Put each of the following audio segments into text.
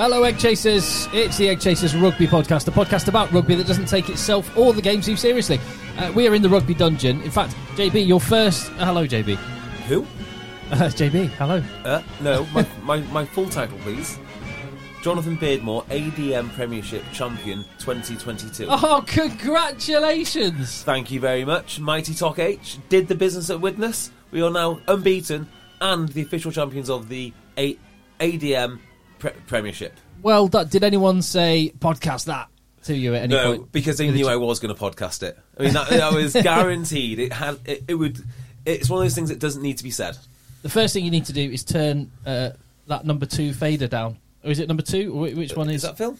Hello, Egg Chasers. It's the Egg Chasers Rugby Podcast, a podcast about rugby that doesn't take itself or the game too seriously. Uh, we are in the rugby dungeon. In fact, JB, your first. uh, hello, JB. Who? Uh, JB, hello. Uh, no, my, my, my full title, please. Jonathan Beardmore, ADM Premiership Champion 2022. Oh, congratulations! Thank you very much. Mighty Talk H did the business at Widnes. We are now unbeaten and the official champions of the A- ADM pre- Premiership. Well, done. did anyone say podcast that to you at any No, point? because they With a knew ch- I was going to podcast it. I mean, that, that was guaranteed. It had. It, it would. It's one of those things that doesn't need to be said. The first thing you need to do is turn uh, that number two fader down. Or is it number two? Or wh- which one Is is? that Phil?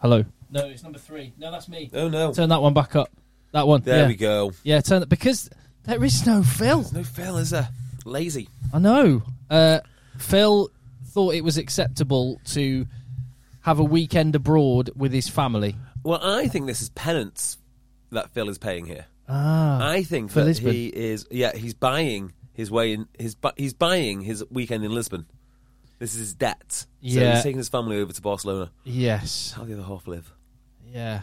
Hello. No, it's number three. No, that's me. Oh no! Turn that one back up. That one. There yeah. we go. Yeah, turn that because there is no Phil. No Phil is a lazy. I know. Uh, Phil thought it was acceptable to have a weekend abroad with his family. Well, I think this is penance that Phil is paying here. Ah, I think for that Lisbon. he is. Yeah, he's buying his way in. His bu- he's buying his weekend in Lisbon. This is his debt. so Yeah. he's taking his family over to Barcelona. yes, How the other half live? yeah.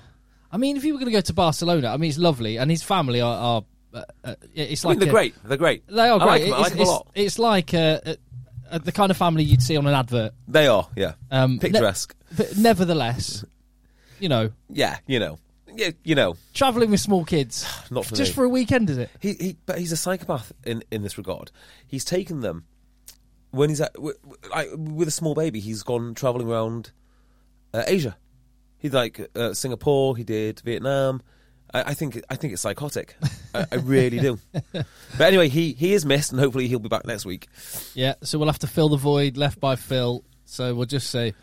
I mean, if you were going to go to Barcelona, I mean, it's lovely, and his family are. are uh, uh, it's I like mean, they're a- great. They're great. They are I great. like it's, them. I like them a it's- lot. it's like uh, uh, uh, the kind of family you'd see on an advert. They are. Yeah. Um, ne- Picturesque. But nevertheless, you know, yeah. You know. Yeah. You know. traveling with small kids Not for just me. for a weekend, is it? He, he, but he's a psychopath in, in this regard. He's taken them when he's at, w- w- like, with a small baby. He's gone traveling around uh, Asia. He like uh, Singapore. He did Vietnam. I, I think I think it's psychotic. I, I really do. But anyway, he, he is missed, and hopefully he'll be back next week. Yeah, so we'll have to fill the void left by Phil. So we'll just say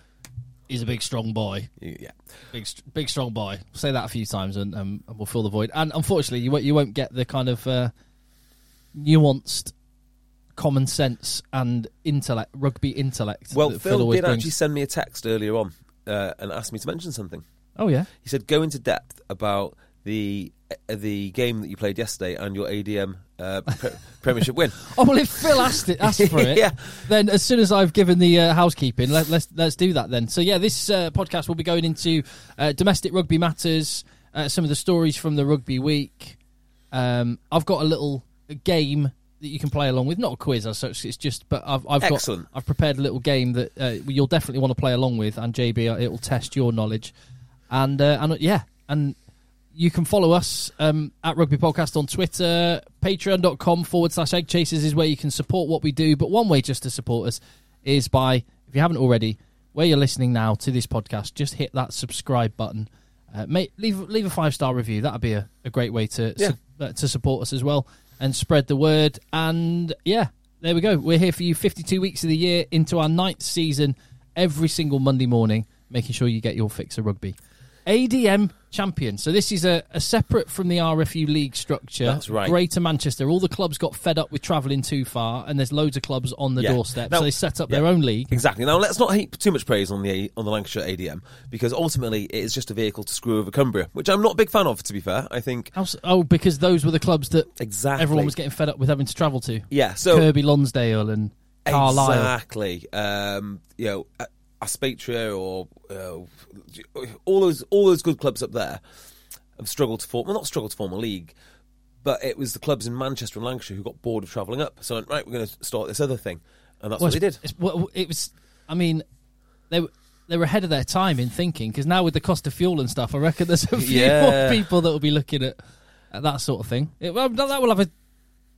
he's a big, strong boy. Yeah, Big, st- big, strong boy. Say that a few times, and, um, and we'll fill the void. And unfortunately, you won't, you won't get the kind of uh, nuanced common sense and intellect, rugby intellect. Well, that Phil, always did brings. actually send me a text earlier on uh, and asked me to mention something. Oh yeah, He said, "Go into depth about the uh, the game that you played yesterday and your ADM uh, pre- Premiership win." Oh well, if Phil asked it, asked for it, Yeah. then as soon as I've given the uh, housekeeping, let, let's let's do that then. So yeah, this uh, podcast will be going into uh, domestic rugby matters, uh, some of the stories from the rugby week. Um, I've got a little game that you can play along with, not a quiz as such. It's just, but I've I've Excellent. got I've prepared a little game that uh, you'll definitely want to play along with, and JB, it will test your knowledge, and uh, and uh, yeah, and you can follow us um, at Rugby Podcast on Twitter. Patreon.com forward slash egg chasers is where you can support what we do. But one way just to support us is by, if you haven't already, where you're listening now to this podcast, just hit that subscribe button. Uh, mate, leave leave a five star review. That'd be a, a great way to Yeah. su- uh, to support us as well and spread the word. And yeah, there we go. We're here for you 52 weeks of the year into our ninth season every single Monday morning, making sure you get your fix of rugby. ADM champion. So this is a, a separate from the RFU league structure. That's right. Greater Manchester. All the clubs got fed up with travelling too far, and there's loads of clubs on the Yeah. doorstep. Now- so they set up yeah. their own league. Exactly. Now let's not heap too much praise on the on the Lancashire ADM because ultimately it is just a vehicle to screw over Cumbria, which I'm not a big fan of. To be fair, I think How s- Oh, because those were the clubs that Exactly. everyone was getting fed up with having to travel to. Yeah, so- Kirby Lonsdale and Carlisle. Exactly. Um, you know, A- Aspatria or uh, all those all those good clubs up there have struggled to form. Well, not struggled to form a league, but it was the clubs in Manchester and Lancashire who got bored of travelling up. So went, right, we're going to start this other thing, and that's Well, what they did. it's- it's- well, it was. I mean, they were they were ahead of their time in thinking because now with the cost of fuel and stuff, I reckon there's a few Yeah. more people that will be looking at, at that sort of thing. It, well, that, that will have a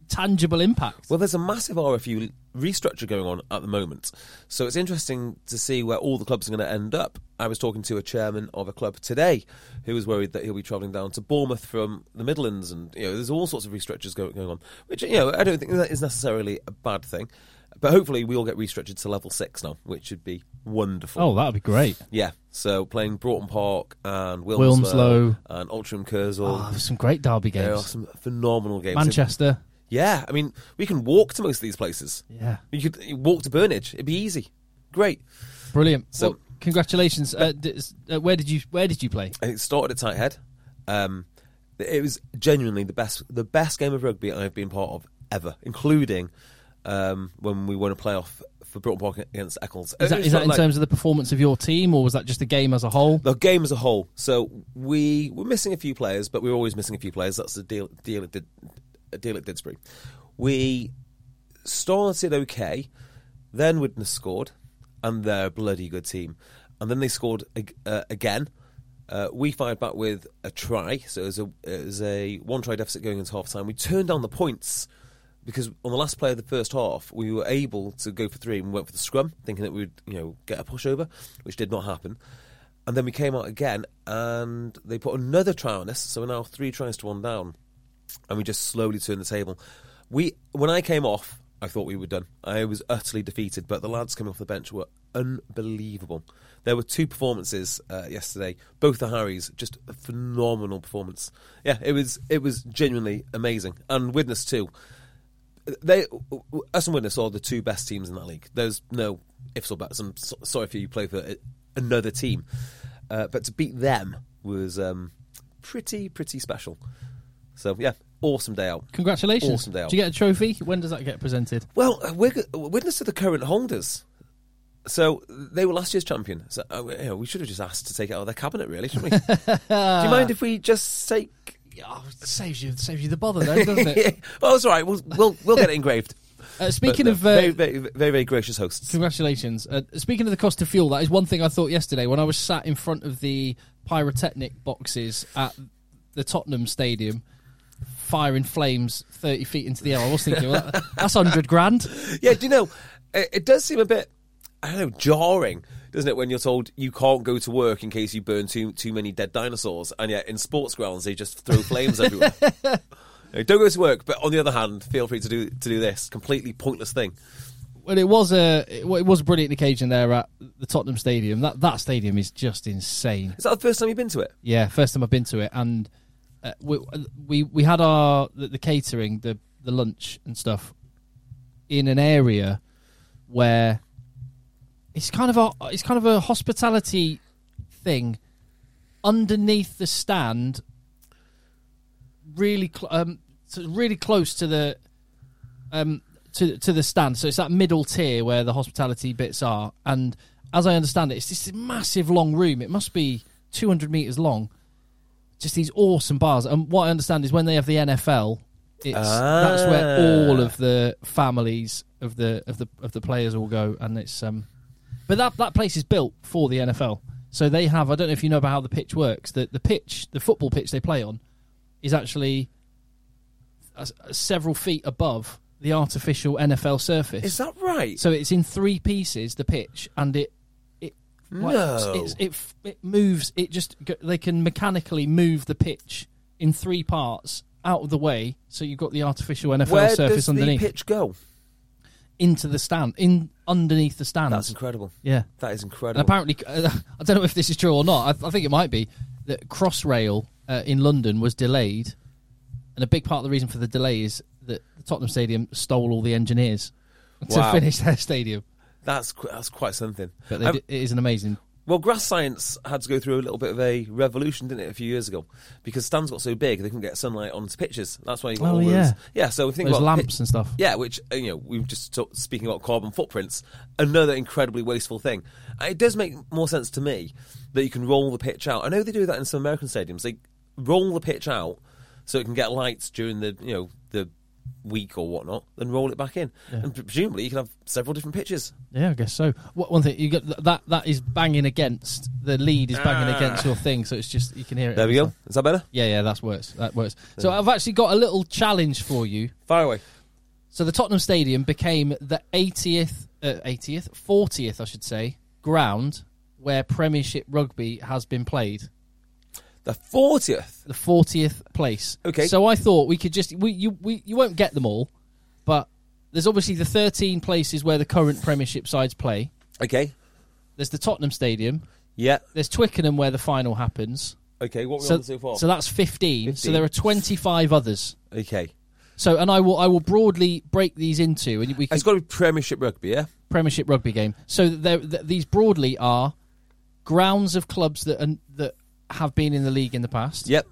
tangible impact. Well, there's a massive RFU restructure going on at the moment. So it's interesting to see where all the clubs are going to end up. I was talking to a chairman of a club today who was worried that he'll be travelling down to Bournemouth from the Midlands. And, you know, there's all sorts of restructures go- going on, which, you know, I don't think that is necessarily a bad thing. But hopefully we all get restructured to level six now, which would be wonderful. oh, that would be great. Yeah. So playing Broughton Park and Wilmslow, Wilmslow. and Altrincham Kersal. Oh, there's some great derby there are games. some phenomenal games. Manchester. Yeah, I mean, we can walk to most of these places. Yeah. You could you walk to Burnage. It'd be easy. Great. Brilliant. So- So, congratulations. Uh, d- s- uh, where did you Where did you play? And it started at Tighthead. Um, it was genuinely the best the best game of rugby I've been part of ever, including um, when we won a playoff for Broughton Park against Eccles. Is that, is that in terms of the performance of your team, or was that just the game as a whole? the game as a whole? So we were missing a few players, but we were always missing a few players. That's the deal deal at, Did, deal at Didsbury. We started okay, then Widnes scored, and they're a bloody good team. And then they scored ag- uh, again. Uh, we fired back with a try, so it was a, it was a one try deficit going into half time. We turned down the points because on the last play of the first half, we were able to go for three and we went for the scrum, thinking that we'd you know get a pushover, which did not happen. And then we came out again, and they put another try on us, so we're now three tries to one down and we just slowly turned the table. We when I came off, I thought we were done. I was utterly defeated, but the lads coming off the bench were unbelievable. There were two performances uh, yesterday, both the Harrys, just a phenomenal performance. Yeah, it was it was genuinely amazing, and witness too. They us and witness are the two best teams in that league. There's no ifs or buts. I'm so, sorry if you play for a, another team, uh, but to beat them was um, pretty pretty special. So yeah, awesome day out. Congratulations. Awesome day out. Do you get a trophy? When does that get presented? Well, uh, we're, go- witness to the current holders. So they were last year's champion. So uh, we- you know, we should have just asked to take it out of their cabinet, really, shouldn't we? Do you mind if we just take? Oh, saves you saves you the bother, though, doesn't it? oh, it's all right. We'll we'll, we'll get it engraved. Uh, speaking But, of no, uh, very, very very very gracious hosts. Congratulations. Uh, speaking of the cost of fuel, that is one thing I thought yesterday when I was sat in front of the pyrotechnic boxes at the Tottenham Stadium, firing flames 30 feet into the air. I was thinking, well, that- that's 100 grand. yeah, do you know? It, it does seem a bit, I don't know, jarring, doesn't it? When you're told you can't go to work in case you burn too too many dead dinosaurs, and yet in sports grounds they just throw flames everywhere. Uh, Don't go to work, but on the other hand, feel free to do to do this completely pointless thing. Well, it was a it, wa- it was a brilliant occasion there at the Tottenham Stadium. That that stadium is just insane. Is that the first time you've been to it? Yeah, first time I've been to it, and uh, we, we we had our the, the catering, the the lunch and stuff, in an area where it's kind of a it's kind of a hospitality thing underneath the stand, really cl- um so really close to the um to to the stand. So it's that middle tier where the hospitality bits are, and as I understand it, it's this massive long room. It must be 200 meters long. Just these awesome bars, and what I understand is when they have the NFL, it's that's where all of the families of the of the of the players all go, and it's um, but that that place is built for the NFL, so they have. I don't know if you know about how the pitch works. The the pitch, the football pitch they play on, is actually s- several feet above the artificial NFL surface. Is that right? So it's in three pieces, the pitch, and it it like, No. it's, it f- it moves. It just go- they can mechanically move the pitch in three parts out of the way, so you've got the artificial NFL Where surface does underneath the pitch go? into the stand, in underneath the stand. That's incredible. Mm. yeah. That is And incredible. apparently, I don't know if this is true or not. I, I think it might be. that Crossrail uh, in London was delayed, and a big part of the reason for the delay is that Tottenham Stadium stole all the engineers Wow. to finish their stadium. That's qu- that's quite something. But they Um, did, it is an amazing. Well, grass science had to go through a little bit of a revolution, didn't it, a few years ago? Because stands got so big they couldn't get sunlight onto pitches. That's why you got Oh, all those. yeah. yeah. So we think Those about lamps pit- and stuff. Yeah, which uh, you know we were just talk, speaking about carbon footprints, another incredibly wasteful thing. Uh, It does make more sense to me that you can roll the pitch out. I know they do that in some American stadiums. They roll the pitch out so it can get lights during the you know the week or whatnot, then roll it back in, and presumably you can have several different pitches. Yeah, I guess so. What, one thing you got th- that that is banging against the lead is banging against your thing, so it's just you can hear it. Ah. There we every go. time. Is that better? Yeah, yeah, that's worse. That works. So I've actually got a little challenge for you. Fire away. So the Tottenham Stadium became the 80th, uh, 80th, 40th, I should say, ground where Premiership rugby has been played. The fortieth. The 40th place. Okay. So I thought we could just we you we, you won't get them all, but there's obviously the 13 places where the current Premiership sides play. Okay. There's the Tottenham Stadium. Yeah. There's Twickenham where the final happens. Okay. What are we on so far? so that's 15. So 15. there are 25 others. okay. So and I will I will broadly break these into and we can It's got to be Premiership rugby, yeah. Premiership rugby game. So there, th- these broadly are grounds of clubs that are, that have been in the league in the past. Yep.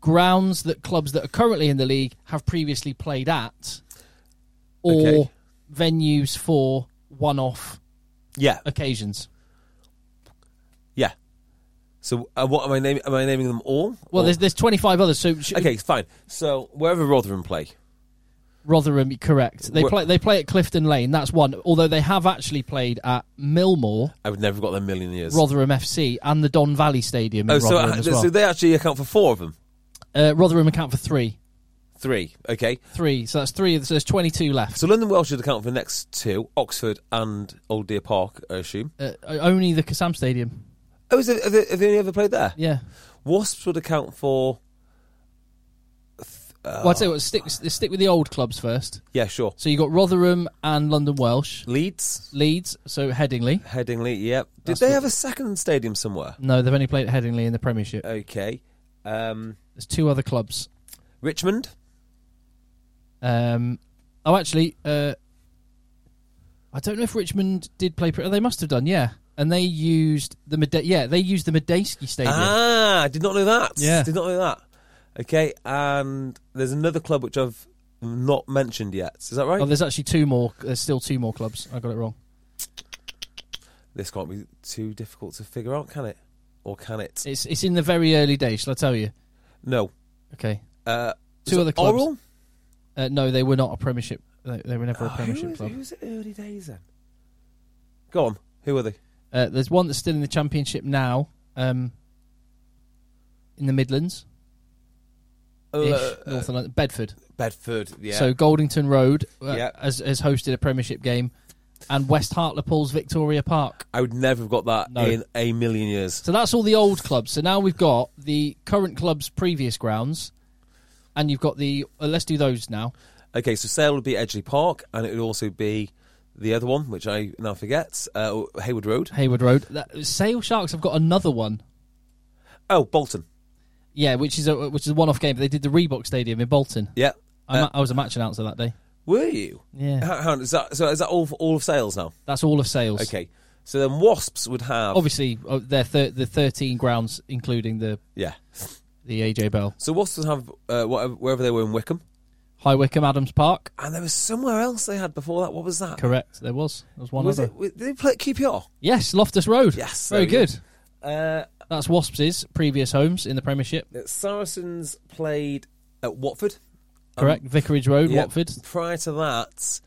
Grounds that clubs that are currently in the league have previously played at, or Okay. venues for one-off Yeah. Uh, occasions. Yeah. So uh, what am I naming? Am I naming them all? Well, Or- there's there's 25 others. So sh- okay, fine. So wherever Rotherham play, Rotherham, correct? They Wh- play they play at Clifton Lane. That's one. Although they have actually played at Millmore, I would never have got them a million years. Rotherham FC, and the Don Valley Stadium. In oh, so, Rotherham uh, as well. so they actually account for four of them. uh, Rotherham account for three. Three. Okay. Three. So that's three. So there's 22 left. So London Welsh should account for the next two: Oxford and Old Deer Park, I assume. Uh, only the Kassam Stadium. Oh, is there, have, they, have they only ever played there? Yeah. Wasps would account for. well, I'd say what, stick stick with the old clubs first. Yeah, sure. So you got Rotherham and London Welsh, Leeds, Leeds. So Headingley. Headingley. Yep. Did That's they what- have a second stadium somewhere? No, they've only played at Headingley in the Premiership. Okay. Um, There's two other clubs. Richmond. Um, oh, actually, uh, I don't know if Richmond did play. Pre- oh, they must have done, yeah. And they used the Mede- yeah they used the Medeski Stadium. Ah, I did not know that. Yeah. Did not know that. Okay, and there's another club which I've not mentioned yet. Is that right? Oh, there's actually two more. There's still two more clubs. I got it wrong. this can't be too difficult to figure out, can it? Or can it? It's it's in the very early days. Shall I tell you? no. Okay. Uh, Two was other it clubs. Oral? Uh, no, they were not a Premiership. They, they were never a Oh, Premiership who was- club. who was it early days then? Go on. Who are they? Uh, there's one that's still in the championship now, um, in the Midlands, ish, Uh, Northern London, Bedford. Bedford. Yeah. So Goldington Road uh, Yeah. has, has hosted a Premiership game, and West Hartlepool's Victoria Park. I would never have got that No. in a million years. So that's all the old clubs. So now we've got the current club's previous grounds, and you've got the. Uh, let's do those now. Okay, so Sale would be Edgley Park, and it would also be the other one, which I now forget, uh, Hayward Road. Hayward Road. That, Sale Sharks have got another one. Oh, Bolton. Yeah, which is a which is a one-off game. But they did the Reebok Stadium in Bolton. Yeah. I, Uh, ma- I was a match announcer that day. Were you? Yeah. How, how, is that, so is that all for all of sales now? That's all of sales. Okay. So then Wasps would have Obviously, uh, they're thir- the thirteen grounds, including the yeah. the AJ Bell, So Wasps would have uh, whatever, wherever they were in Wickham, High Wycombe Adams Park. and there was somewhere else they had before that. What was that? Correct. There was. There was one Was other. it? w- Did they play at QPR? Yes, Loftus Road. Yes, very there we good. Uh, That's Wasps' previous homes in the Premiership. Saracens played at Watford. Correct. Vicarage Road, Um, Yeah. Watford. Prior to that,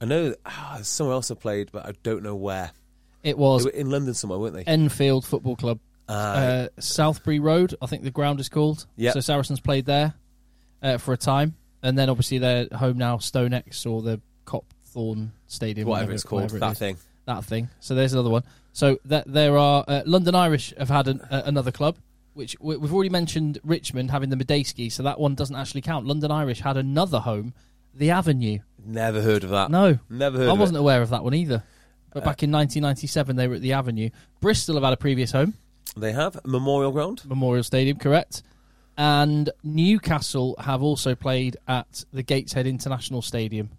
I know ah, somewhere else I played, but I don't know where. It They was were in London somewhere, weren't they? Enfield Football Club. Uh, Southbury Road, I think the ground is called. Yeah. So Saracens played there uh, for a time, and then obviously their home now, Stonex or the Copthorne Stadium, Whatever it's called, whatever it that is. thing. that thing. So there's another one. So that there are uh, London Irish have had an, uh, another club, which we, we've already mentioned. Richmond having the Medeski, so that one doesn't actually count. London Irish had another home, the Avenue. Never heard of that. No, never heard. I of wasn't It. Uh, aware of that one either. But back in 1997, they were at the Avenue. Bristol have had a previous home. They have Memorial Ground. Memorial Stadium, correct? And Newcastle have also played at the Gateshead International Stadium.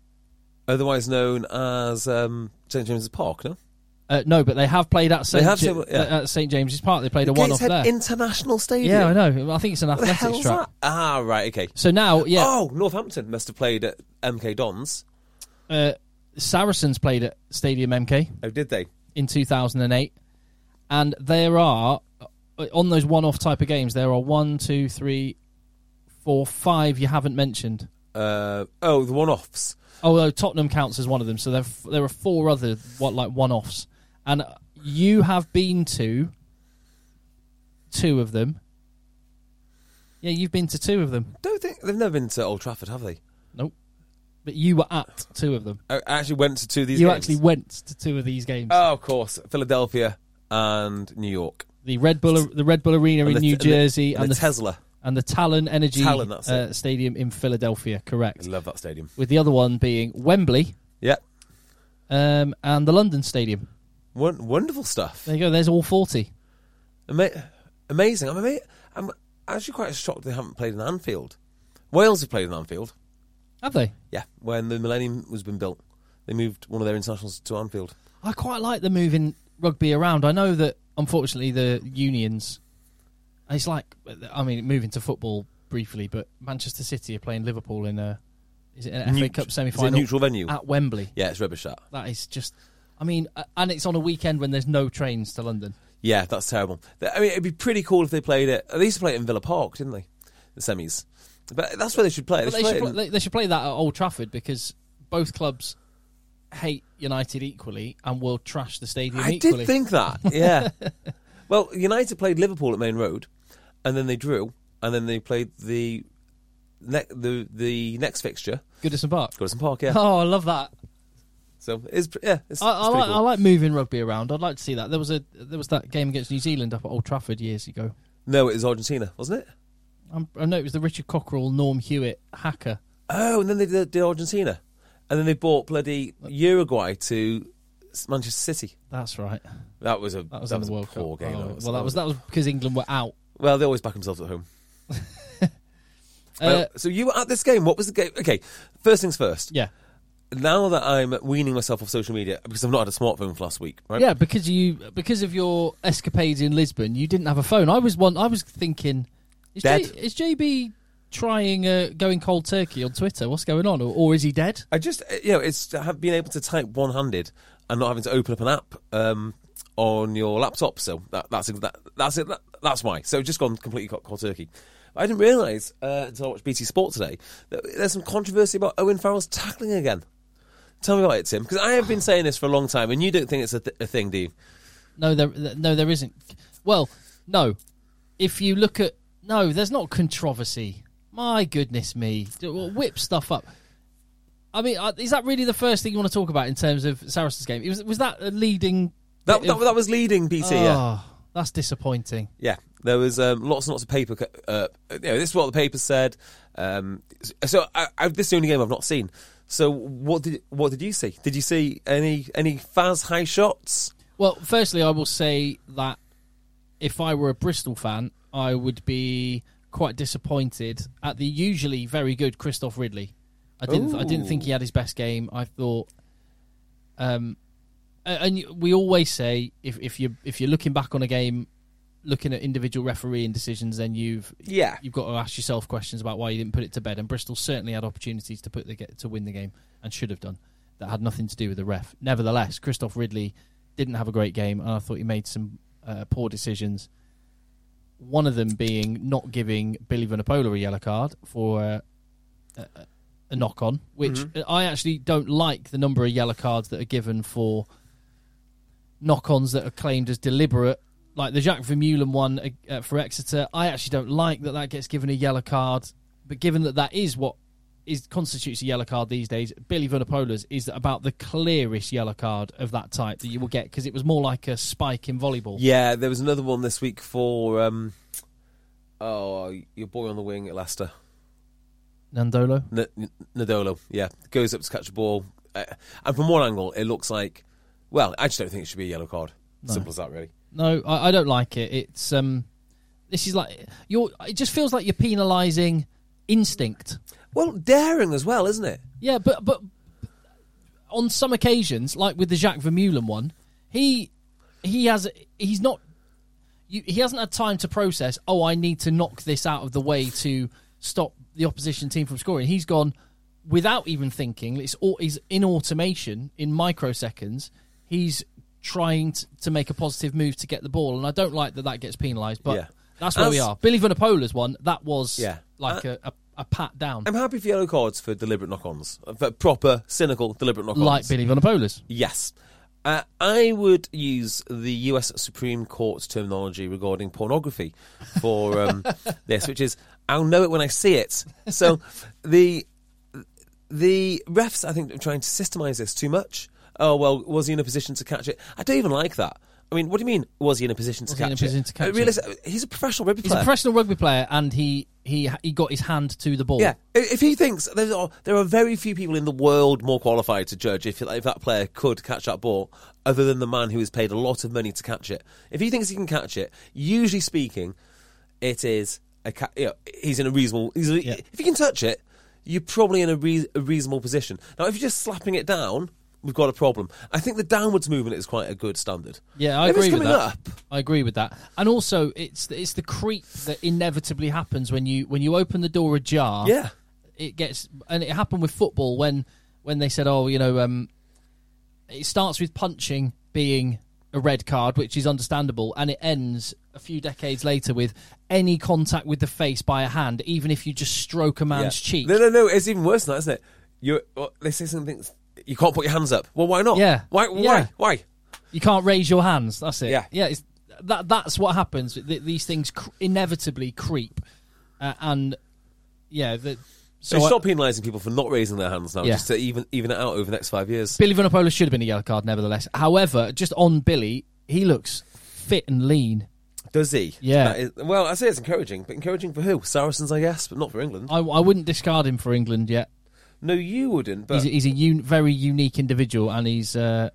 otherwise known as um, St James's Park. No, Uh, no, but they have played at St. have Ja- said- yeah. at St James's Park. They played a one-off Gateshead there. International Stadium. yeah, I know. I think it's an What the athletics hell's track. that? Ah, right. Okay. So now, yeah, Oh, Northampton must have played at MK Dons. uh, Saracens played at Stadium MK Oh, did they? in 2008, and there are uh, on those one-off type of games there are one, two, three, four, five you haven't mentioned. Uh, oh, the one-offs. Although Tottenham counts as one of them, so there there are four other what like one-offs, and uh, you have been to two of them. Yeah, you've been to two of them. Don't think they've never been to Old Trafford, have they? Nope, but you were at two of them. I I actually went to two of these. you games. actually went to two of these games. Oh, of course, Philadelphia and New York. the Red Bull, the Red Bull Arena in And the- New and the- Jersey, and, the, Tesla. and the Talon Energy Talon, that's uh, Stadium in Philadelphia. I Correct. love that stadium. With the other one being Wembley Yeah, um, and the London Stadium. Won- wonderful stuff. There you go. There's all forty. Ama- amazing. I'm, ama- I'm actually quite shocked they haven't played in Anfield. Wales have played in Anfield. Have they? Yeah, when the Millennium was been built, they moved one of their internationals to Anfield. I quite like the moving rugby around. I know that unfortunately the unions. It's like I mean, moving to football briefly, but Manchester City are playing Liverpool in a is it an FA Neut- Cup is it a semi final neutral venue? at Wembley. Yeah, it's rubbish that. That is just. I mean, uh, and it's on a weekend when there's no trains to London. Yeah, that's terrible. Th- I mean, it'd be pretty cool if they played it. They used to play it in Villa Park, didn't they? The semis. But that's where they should play. it. But They they should should, play pl- it they, they should play that at Old Trafford because both clubs hate United equally and will trash the in- stadium I equally. did think that. Yeah. well, United played Liverpool at Main Road, and then they drew, and then they played the ne- the the next fixture, Goodison Park. Goodison Park. Yeah. Oh, I love that. So it's pr- yeah. It's, I, I, it's pretty like, I cool. like moving rugby around. I'd like to see that. There was a there was that game against New Zealand up at Old Trafford years ago. No, it was Argentina, wasn't it? I'm, I know it was the Richard Cockerell, Norm Hewitt hacker. Oh, and then they did, did Argentina, and then they bought bloody Uruguay to S- Manchester City. That's right. That was a That was that in was the a World poor Cup. game. Oh, well, that was that was because England were out. Well, they always back themselves at home. Uh, Well, so you were at this game. What was the game? Okay, first things first. yeah, Now that I'm weaning myself off social media because I've not had a smartphone for last week, right? Yeah, because you because of your escapades in Lisbon, you didn't have a phone. I was one. I was thinking, is, J, Dead. is JB trying uh, going cold turkey on Twitter? What's going on, or, or is he dead? I just uh, you know it's to have been able to type one handed and not having to open up an app um, on your laptop. So that, that's that, that's it. That, that's why. So just gone completely co- cold turkey. I didn't realise uh, until I watched BT Sport today that there's some controversy about Owen Farrell's tackling again. Tell me about it, Tim, because I have been saying this for a long time, and you don't think it's a, th- a thing, do you? No, there no there isn't. Well, no. If you look at no, there's not controversy. My goodness me, whip stuff up. I mean, uh, is that really the first thing you want to talk about in terms of Saracens game? It was was that a leading? That, bit of- that, that was leading BT. yeah. Oh, that's disappointing. Yeah, there was um, lots and lots of paper. co- Uh, you know, this is what the paper said. Um, so I, I, this is the only game I've not seen. So what did what did you see? Did you see any any Faz high shots? Well, firstly, I will say that if I were a Bristol fan, I would be quite disappointed at the usually very good Christoph Ridley. I didn't. I didn't think he had his best game. I thought, um, a- and you- we always say if if you if you're looking back on a game, looking at individual refereeing decisions, then you've Yeah. you've got to ask yourself questions about why you didn't put it to bed. And Bristol certainly had opportunities to put the get, to win the game and should have done. That had nothing to do with the ref. Nevertheless, Christoph Ridley didn't have a great game, and I thought he made some uh, poor decisions. One of them being not giving Billy Vanapola a yellow card for uh, a, a knock on, which I actually don't like the number of yellow cards that are given for knock ons that are claimed as deliberate. Like the Jacques Vermeulen one uh, uh, for Exeter, I actually don't like that that gets given a yellow card. But given that that is what is constitutes a yellow card these days, Billy Vunapola's is about the clearest yellow card of that type that you will get because it was more like a spike in volleyball. Yeah, there was another one this week for um, oh your boy on the wing at Leicester, Nandolo. N- N- Nadolo. Yeah, goes up to catch a ball, uh, and from one angle it looks like, well, I just don't think it should be a yellow card. Simple as that, really. no, I, I don't like it. It's um, this is like you're. It just feels like you're penalising instinct. Well, daring as well, isn't it? Yeah, but but on some occasions, like with the Jacques Vermeulen one, he he has he's not you, he hasn't had time to process. Oh, I need to knock this out of the way to stop the opposition team from scoring. He's gone without even thinking. It's all he's in automation in microseconds. He's trying to, to make a positive move to get the ball, and I don't like that that gets penalised. But Yeah. that's where we As- are. Billy Vannapola's one that was Yeah. Uh, like a, a, a pat down, I'm happy for yellow cards for deliberate knock-ons, for proper, cynical, deliberate knock-ons. like Billy Vannapola's. Yes. Uh, I would use the US Supreme Court's terminology regarding pornography for um, this, which is I'll know it when I see it. So the the refs, I think, are trying to systemize this too much. Oh, well, was he in a position to catch it? I don't even like that. I mean, what do you mean, was he in a position to Was he catch in a it? position to catch Uh, it? realis- He's a professional rugby He's player. a professional rugby player, and he he he got his hand to the ball. Yeah, i- if he thinks there are there are very few people in the world more qualified to judge if if that player could catch that ball, other than the man who has paid a lot of money to catch it. If he thinks he can catch it, usually speaking, it is a ca- you know, he's in a reasonable. He's a, If you can touch it, you're probably in a, rea- a reasonable position. Now, if you're just slapping it down, we've got a problem. I think the downwards movement is quite a good standard. Yeah, I if agree it's with coming that. up. I agree with that. And also, it's it's the creep that inevitably happens when you when you open the door ajar. Yeah. it gets and it happened with football when when they said, oh, you know, um, it starts with punching being a red card, which is understandable, and it ends a few decades later with any contact with the face by a hand, even if you just stroke a man's Yeah. cheek. No, no, no. It's even worse than that, isn't it? You well, they say something. You can't put your hands up. Well, why not? Yeah. Why? Yeah. Why? Why? You can't raise your hands. That's it. Yeah. yeah. It's, that that's what happens. Th- these things cr- inevitably creep, uh, and yeah. The, so So I- stop penalising people for not raising their hands now, Yeah. just to even even it out over the next five years. Billy Vanapola should have been a yellow card, nevertheless. However, just on Billy, he looks fit and lean. Does he? Yeah. That is- well, I say it's encouraging, but encouraging for who? Saracens, I guess, but not for England. I, I wouldn't discard him for England yet. no, you wouldn't. But He's a, he's a un, very unique individual, and he's uh,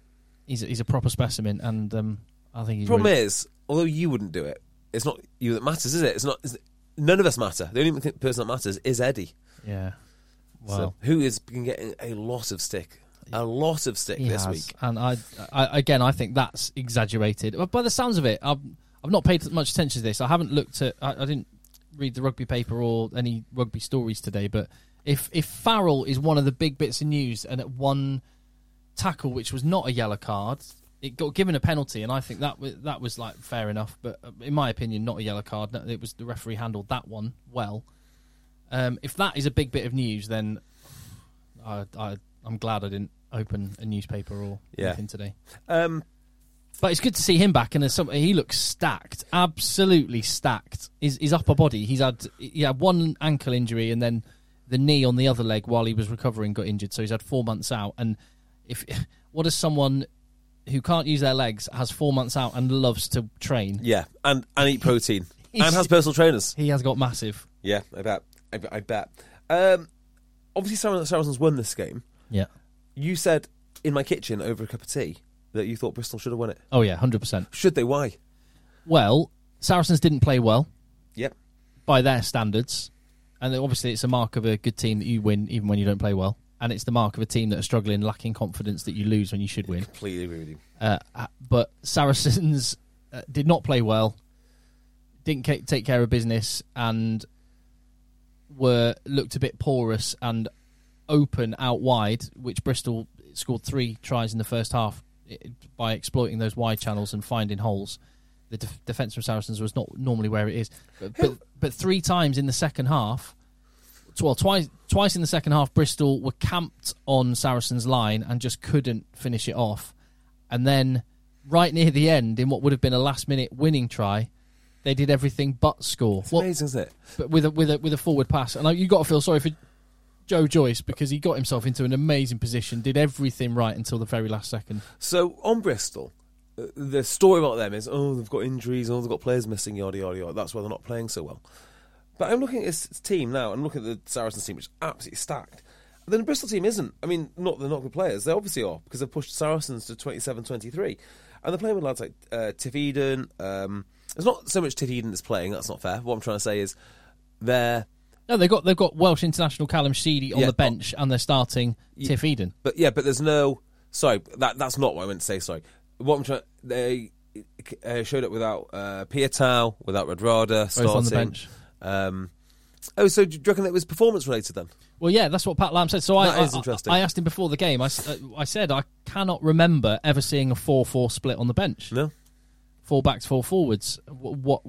he's a- he's a proper specimen. And um, I think he's problem really- is, although you wouldn't do it, it's not you that matters, is it? It's not. It's, none of us matter. The only thi- person that matters is Eddie, yeah. Wow. so, who has been getting a lot of stick, a lot of stick He this has, week. and I, I again, I think that's exaggerated. But by the sounds of it, I've I've not paid much attention to this. I haven't looked at. I, I didn't read the rugby paper or any rugby stories today. But if if Farrell is one of the big bits of news, and at one tackle which was not a yellow card, it got given a penalty, and I think that was, that was like fair enough. But uh, in my opinion, not a yellow card. No, It was the referee handled that one well. Um, if that is a big bit of news, then I, I, I'm glad I didn't open a newspaper or Yeah. anything today. Um, But it's good to see him back, and there's some, he looks stacked, absolutely stacked. His, his upper body, he's had he had one ankle injury, and then the knee on the other leg while he was recovering got injured, so he's had four months out. And if what does someone who can't use their legs has four months out and loves to train? Yeah, and and eat protein He's- and has personal trainers. He has got massive. Yeah, I bet. I, bet- I bet. Um, obviously, Sar- Saracens won this game. Yeah. You said in my kitchen over a cup of tea that you thought Bristol should have won it. Oh yeah, hundred percent. Should they? Why? Well, Saracens didn't play well. Yep. by their standards, and then obviously it's a mark of a good team that you win even when you don't play well, and it's the mark of a team that are struggling, lacking confidence that you lose when you should win. Completely agree with you. Uh, uh, but Saracens uh, did not play well, didn't ca- take care of business, and were looked a bit porous and open out wide, which Bristol scored three tries in the first half eh, by exploiting those wide channels and finding holes. The def- defense from Saracens was not normally where it is, but but, but three times in the second half. tw- Well, twice, twice in the second half, Bristol were camped on Saracens' line and just couldn't finish it off. And then, right near the end, in what would have been a last-minute winning try, they did everything but score. It's What- amazing, isn't it? but with a with a with a forward pass. And you got to feel sorry for Joe Joyce because he got himself into an amazing position, did everything right until the very last second. So on Bristol, uh, the story about them is oh they've got injuries, oh they've got players missing, yada yada yada. That's why they're not playing so well. But I'm looking at this team now, and looking at the Saracens team, which is absolutely stacked. And then the Bristol team isn't. I mean, not they're not good players. They obviously are because they've pushed Saracens to 27-23. And they're playing with lads like uh, Tiff Eden. Um, it's not so much Tiff Eden that's playing. That's not fair. What I'm trying to say is they're No, they've got they've got Welsh international Callum Sheedy on Yeah. the bench, and they're starting Tiff Eden. But yeah, but there's no. Sorry, that that's not what I meant to say. Sorry. What I'm trying. They uh, showed up without uh, Pia Tau, without Redrada, starting. Oh, on the bench. Um, oh, so do you reckon it was performance related then? Well, yeah, that's what Pat Lam said. So I, That is I- interesting. I, asked him before the game. I, s- uh, I said I cannot remember ever seeing a four-four split on the bench. No. Four backs, four forwards. What, what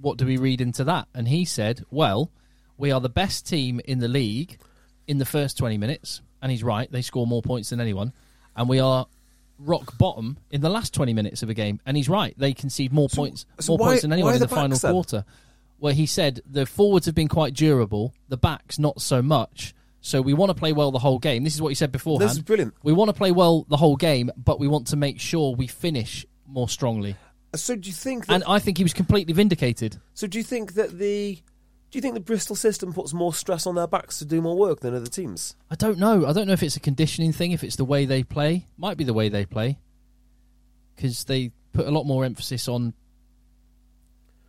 what do we read into that? And he said, "Well, we are the best team in the league in the first twenty minutes." And he's right; they score more points than anyone, and we are rock bottom in the last twenty minutes of a game. And he's right; they concede more points, so more why- points than why anyone in the the final backs then? quarter. Where he said the forwards have been quite durable, the backs not so much. So we want to play well the whole game. This is what he said beforehand. This is brilliant. We want to play well the whole game, but we want to make sure we finish more strongly. Uh, So do you think? That, And I think he was completely vindicated. so do you think that the do you think the Bristol system puts more stress on their backs to do more work than other teams? I don't know. I don't know if it's a conditioning thing, if it's the way they play. Might be the way they play because they put a lot more emphasis on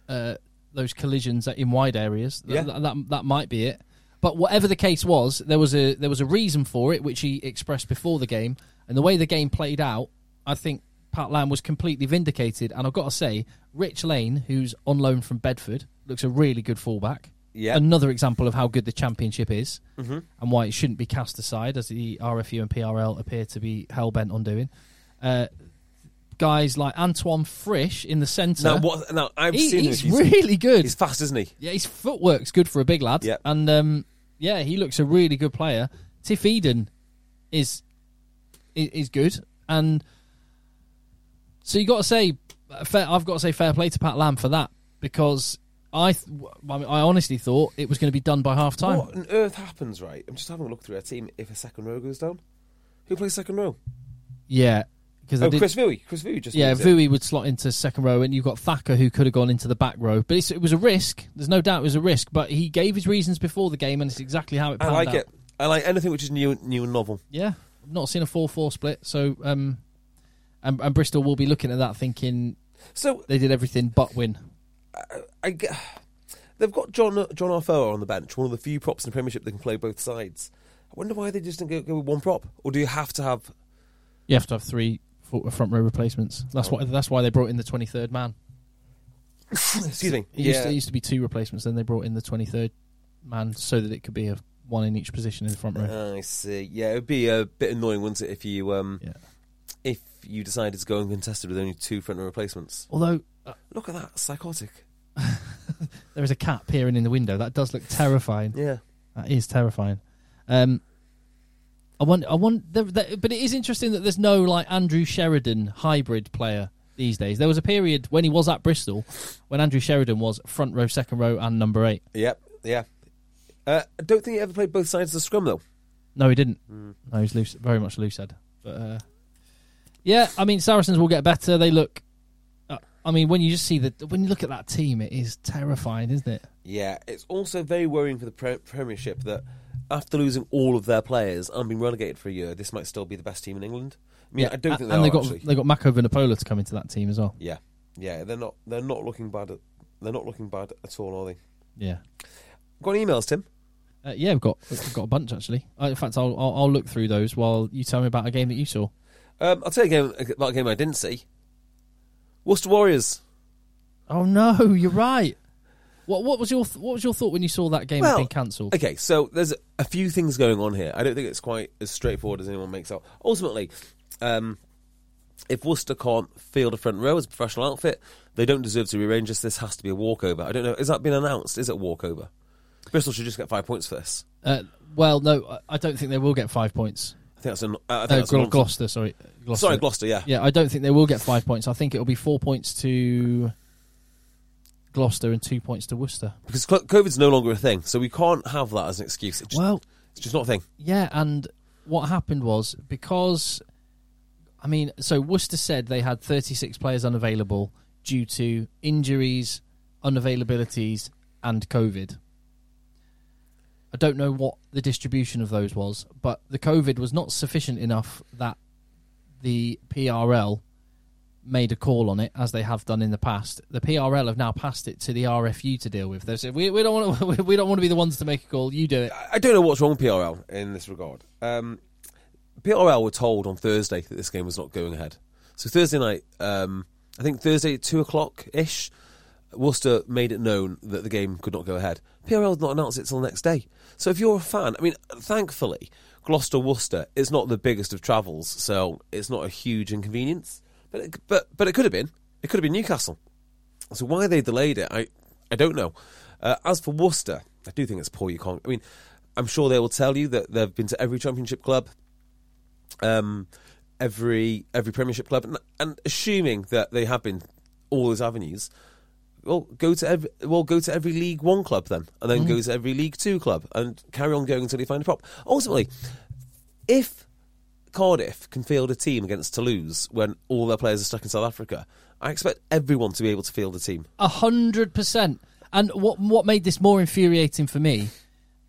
uh, those collisions in wide areas. Th- Yeah. That, that that might be it. But whatever the case was, there was a there was a reason for it, which he expressed before the game, and the way the game played out, I think Pat Lam was completely vindicated. And I've got to say, Rich Lane, who's on loan from Bedford, looks a really good fullback. Yeah. Mm-hmm. another example of how good the championship is, and why it shouldn't be cast aside, as the RFU and PRL appear to be hell bent on doing. Uh, guys like Antoine Frisch in the centre. Now what? Now I've He- seen him. he's really good. He's fast, isn't he? Yeah, his footwork's good for a big lad. Yeah. And um, yeah, he looks a really good player. Tiff Eden is i- is good, and so you got to say, uh, fair, I've got to say fair play to Pat Lam for that because I th- w- I, mean, I honestly thought it was going to be done by half time. What on earth happens? Right, I'm just having a look through our team. If a second row goes down, who plays second row? Yeah, because Oh, Chris Vui. Chris Vui just yeah, moves in. Vui would slot into second row, and you've got Thacker who could have gone into the back row. But it's, it was a risk. There's no doubt it was a risk. But he gave his reasons before the game, and it's exactly how it I panned like out. it. I like anything which is new, new and novel. Yeah, I've not seen a four-four split. So, um, and, and Bristol will be looking at that, thinking So uh, they did everything but win. I g- they've got John uh, John Arfoa on the bench, one of the few props in the Premiership that can play both sides. I wonder why they just didn't go, go with one prop, or do you have to have? You have to have three fo- front row replacements. That's why. That's why they brought in the twenty-third man. Excuse me. It, used to, it used to be two replacements. Then they brought in the twenty-third man so that it could be a one in each position in the front row. I see. Yeah, it would be a bit annoying, wouldn't it, if you um, yeah. if you decided to go uncontested with only two front row replacements? Although uh, Look at that, psychotic. there is a cat peering in the window, that does look terrifying. Yeah. That is terrifying. Um, I want, I want, there, there, but it is interesting that there's no like Andrew Sheridan hybrid player these days. There was a period when he was at Bristol, when Andrew Sheridan was front row, second row, and number eight. Yep. Yeah. Uh, I don't think he ever played both sides of the scrum though. No, he didn't. Hmm. No, he's loose, very much loose head. But uh, yeah, I mean, Saracens will get better. They look. Uh, I mean, when you just see the when you look at that team, it is terrifying, isn't it? Yeah, it's also very worrying for the pre- Premiership that after losing all of their players and being relegated for a year, this might still be the best team in England. I mean, I don't A- think they and are they got actually. they got Mako Vinopola to come into that team as well. Yeah, yeah, they're not. They're not looking bad. At, they're not looking bad at all, are they? Yeah. Got any emails, Tim? Uh, yeah, I've got I've got a bunch actually. Uh, in fact, I'll, I'll I'll look through those while you tell me about a game that you saw. Um, I'll tell you a game, about a game I didn't see. Worcester Warriors. Oh no, you're right. What what was your th- what was your thought when you saw that game had been cancelled? Okay, so there's a few things going on here. I don't think it's quite as straightforward as anyone makes out. Ultimately, um, if Worcester can't field a front row as a professional outfit, they don't deserve to rearrange this. This has to be a walkover. I don't know. Has that been announced? Is it a walkover? Bristol should just get five points for this. Uh, well, no, I- I don't think they will get five points. I think that's an. Uh, I think No, that's a Gl- nonsense. Gloucester, sorry, Gloucester. Sorry, Gloucester. Yeah. Yeah, I don't think they will get five points. I think it'll be four points to Gloucester and two points to Worcester. because cl- COVID's no longer a thing, so we can't have that as an excuse. It just, Well, it's just not a thing. Yeah, and what happened was because, I mean, so Worcester said they had 36 players unavailable due to injuries, unavailabilities, and COVID. I don't know what the distribution of those was, but the COVID was not sufficient enough that the PRL made a call on it as they have done in the past. The PRL have now passed it to the RFU to deal with. They've said we, we don't want to, we don't want to be the ones to make a call. You do it. I- I don't know what's wrong with PRL in this regard. Um, PRL were told on Thursday that this game was not going ahead. So Thursday night, um, I think Thursday at two o'clock ish, Worcester made it known that the game could not go ahead. PRL did not announce it till the next day. So if you're a fan, I mean, thankfully, Gloucester Worcester is not the biggest of travels, so it's not a huge inconvenience. But it, but but it could have been. It could have been Newcastle. So why they delayed it, I I don't know. Uh, as for Worcester, I do think it's poor. You can't. I mean, I'm sure they will tell you that they've been to every Championship club, um, every every Premiership club, and, and assuming that they have been all those avenues. Well, go to every well, go to every League One club then, and then go to every League Two club, and carry on going until you find a prop. Ultimately, if Cardiff can field a team against Toulouse when all their players are stuck in South Africa, I expect everyone to be able to field a team. A hundred percent. And what what made this more infuriating for me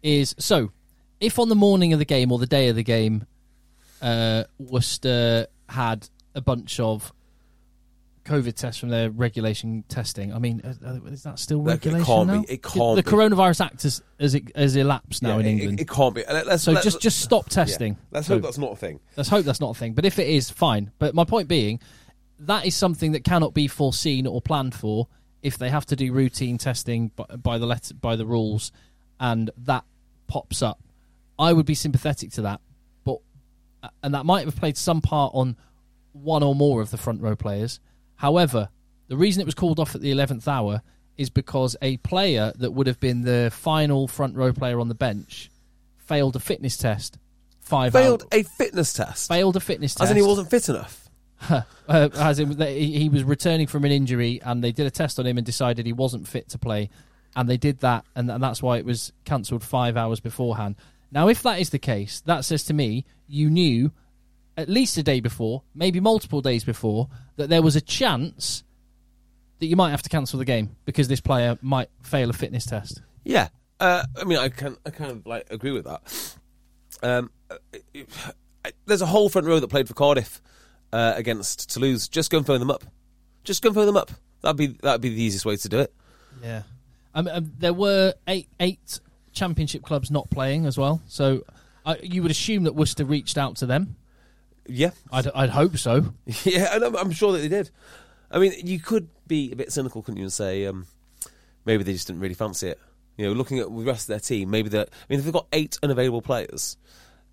is so if on the morning of the game or the day of the game, uh, Worcester had a bunch of COVID tests from their regulation testing. I mean, uh, uh, is that still Look, it regulation can't now? be- it can't the be. coronavirus act has as it has elapsed now Yeah, in it- England. It, it can't be. Let- let's- so let- just just stop yeah. testing. Let's So- hope that's not a thing. Let's hope that's not a thing. But if it is, fine. But my point being, that is something that cannot be foreseen or planned for if they have to do routine testing by, by the letter, by the rules, and that pops up. I would be sympathetic to that, but uh, and that might have played some part on one or more of the front row players. However, the reason it was called off at the eleventh hour is because a player that would have been the final front row player on the bench failed a fitness test. Five Failed hours a fitness test. failed a fitness test. As in, he wasn't fit enough. Uh, as in, they- he he was returning from an injury, and they did a test on him and decided he wasn't fit to play, and they did that, and, and that's why it was cancelled five hours beforehand. Now, if that is the case, that says to me you knew at least a day before, maybe multiple days before, that there was a chance that you might have to cancel the game because this player might fail a fitness test. Yeah. Uh, I mean, I can I kind of like agree with that. Um, uh, it- I- there's a whole front row that played for Cardiff uh, against Toulouse. Just go and phone them up. Just go and phone them up. That'd be that'd be the easiest way to do it. Yeah, um, um, there were eight eight championship clubs not playing as well, so I, you would assume that Worcester reached out to them. Yeah. I'd, I'd hope so. Yeah, and I'm, I'm sure that they did. I mean, you could be a bit cynical, couldn't you, and say um, maybe they just didn't really fancy it. You know, looking at the rest of their team, maybe they. I mean, if they've got eight unavailable players,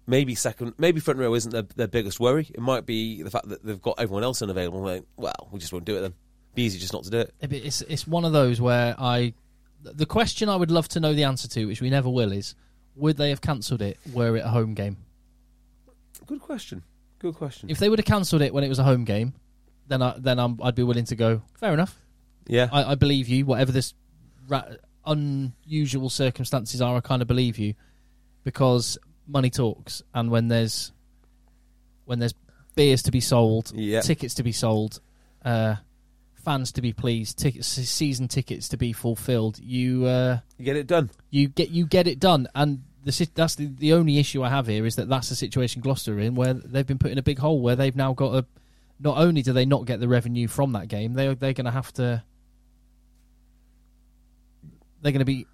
maybe second, maybe front row isn't their, their biggest worry. It might be the fact that they've got everyone else unavailable. And they're like, well, we just won't do it then. Be easy just not to do it. It- It's it's one of those where I, the question I would love to know the answer to, which we never will, is would they have cancelled it were it a home game? Good question. Good question. If they would have cancelled it when it was a home game, then I then I'm, I'd be willing to go. Fair enough. yeah, I, I believe you. Whatever this ra- unusual circumstances are, I kind of believe you because money talks, and when there's when there's beers to be sold, Yeah. tickets to be sold, uh, fans to be pleased, tickets, season tickets to be fulfilled, you uh, you get it done. you get you get it done, and. The, sit- that's the, the only issue I have here is that that's the situation Gloucester are in where they've been put in a big hole where they've now got a. Not only do they not get the revenue from that game, they they're going to have to they're going to be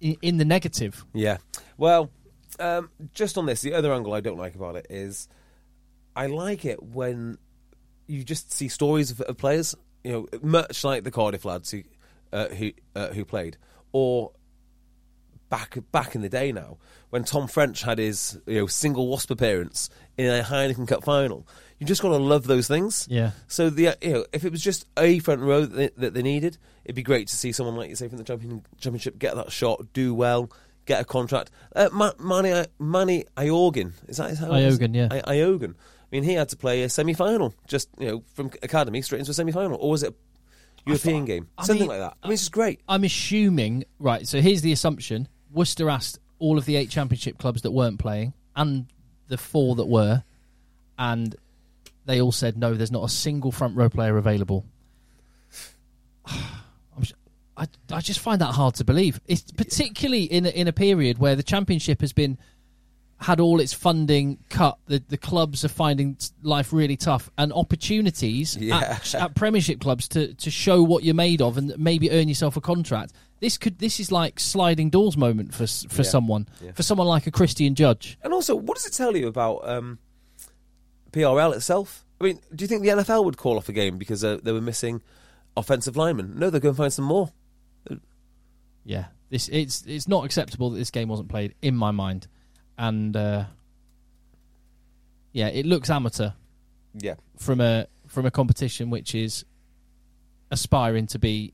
in, in the negative. Yeah. Well, um, just on this, the other angle I don't like about it is I like it when you just see stories of, of players, you know, much like the Cardiff lads who uh, who uh, who played, or back back in the day now when Tom French had his you know single wasp appearance in a Heineken Cup final. You just got to love those things. Yeah. So the uh, you know if it was just a front row that they, that they needed, it'd be great to see someone like you say from the champion, championship get that shot, do well, get a contract. Uh, Ma- Manny Manny Iorgin is that his- how it is? Iogan, yeah. I- Iogan. I mean, he had to play a semi-final, just you know, from academy straight into a semi-final, or was it a European game, I something mean, uh, like that? I mean, it's just great. I'm assuming, right, so here's the assumption Worcester asked all of the eight championship clubs that weren't playing and the four that were, and they all said, no, there's not a single front row player available. I'm, s- I, I just find that hard to believe. It's particularly in, a- in a period where the championship has been had all its funding cut. The the clubs are finding s- life really tough, and opportunities at, Yeah. at Premiership clubs to to show what you're made of and maybe earn yourself a contract. This could this is like sliding doors moment for s- for Yeah. someone Yeah. for someone like a Christian Judge. And also, what does it tell you about um, PRL itself? I mean, do you think the NFL would call off a game because uh, they were missing offensive linemen? No, they'll go and find some more. Yeah, this it's it's not acceptable that this game wasn't played in my mind, and uh, yeah, it looks amateur. Yeah. from a from a competition which is aspiring to be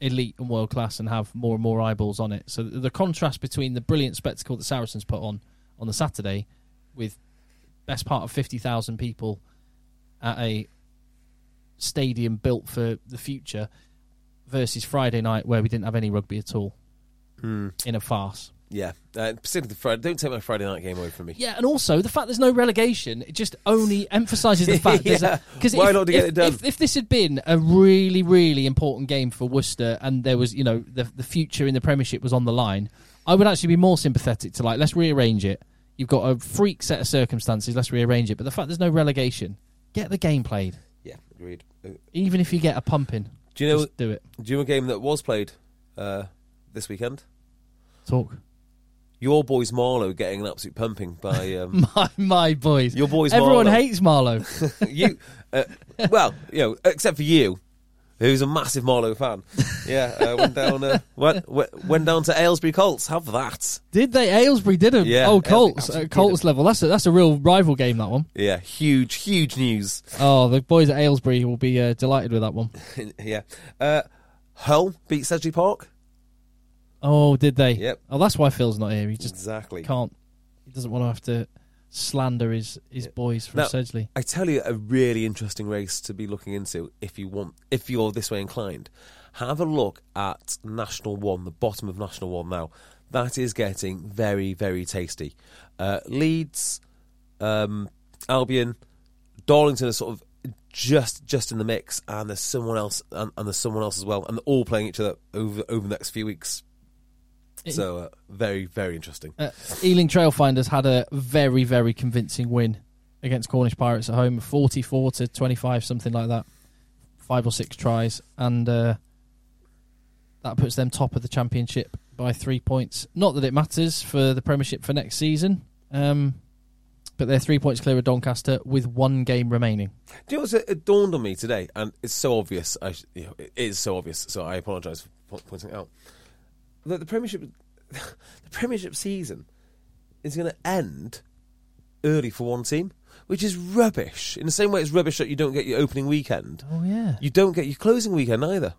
elite and world class and have more and more eyeballs on it. So the, the contrast between the brilliant spectacle that Saracens put on on the Saturday with best part of 50,000 people at a stadium built for the future versus Friday night where we didn't have any rugby at all in a farce. Yeah. Uh, particularly the Friday. Don't take my Friday night game away from me. Yeah, and also the fact there's no relegation it just only emphasises the fact there's Yeah. a because Why not to get if, it done? If, if this had been a really really important game for Worcester and there was you know the the future in the Premiership was on the line, I would actually be more sympathetic to like let's rearrange it. You've got a freak set of circumstances, let's rearrange it. But the fact there's no relegation, get the game played, Yeah, agreed. Uh, even if you get a pumping. Do you know- Just do it? Do you know a game that was played uh, this weekend? Talk. Your boys Marlow getting an absolute pumping by um, My, my boys. Your boys, Everyone Marlow. hates Marlowe. you. Uh, well, you know, except for you, who's a massive Marlow fan. Yeah, uh, went down. Uh, went, went went down to Aylesbury Colts. Have that. Did they? Aylesbury did them. Yeah, oh, Aylesbury Colts. absolutely At did Colts them. level. That's a, that's a real rival game, that one. Yeah, huge, huge news. Oh, the boys at Aylesbury will be uh, delighted with that one. yeah. Uh, Hull beat Sedgley Park. Oh, did they? Yep. Oh, that's why Phil's not here. He just Exactly. can't. He doesn't want to have to slander his, his boys from Now- Sedgley. I tell you, a really interesting race to be looking into if you want, if you're this way inclined. Have a look at National One, the bottom of National One now. That is getting very, very tasty. Uh, Leeds, um, Albion, Darlington are sort of just just in the mix, and there's someone else, and, and there's someone else as well, and they're all playing each other over over the next few weeks. So uh, very, very interesting. Uh, Ealing Trailfinders had a very very convincing win against Cornish Pirates at home, forty-four to twenty-five, something like that. Five or six tries, and uh, that puts them top of the championship by three points. Not that it matters for the Premiership for next season, um, but they're three points clear of Doncaster with one game remaining. Do you know what's- it, it dawned on me today, and it's so obvious. I, sh- you know, it is so obvious. So I apologise for po- pointing it out that the Premiership, the Premiership season, is going to end early for one team, which is rubbish. In the same way, it's rubbish that you don't get your opening weekend. Oh yeah, You don't get your closing weekend either.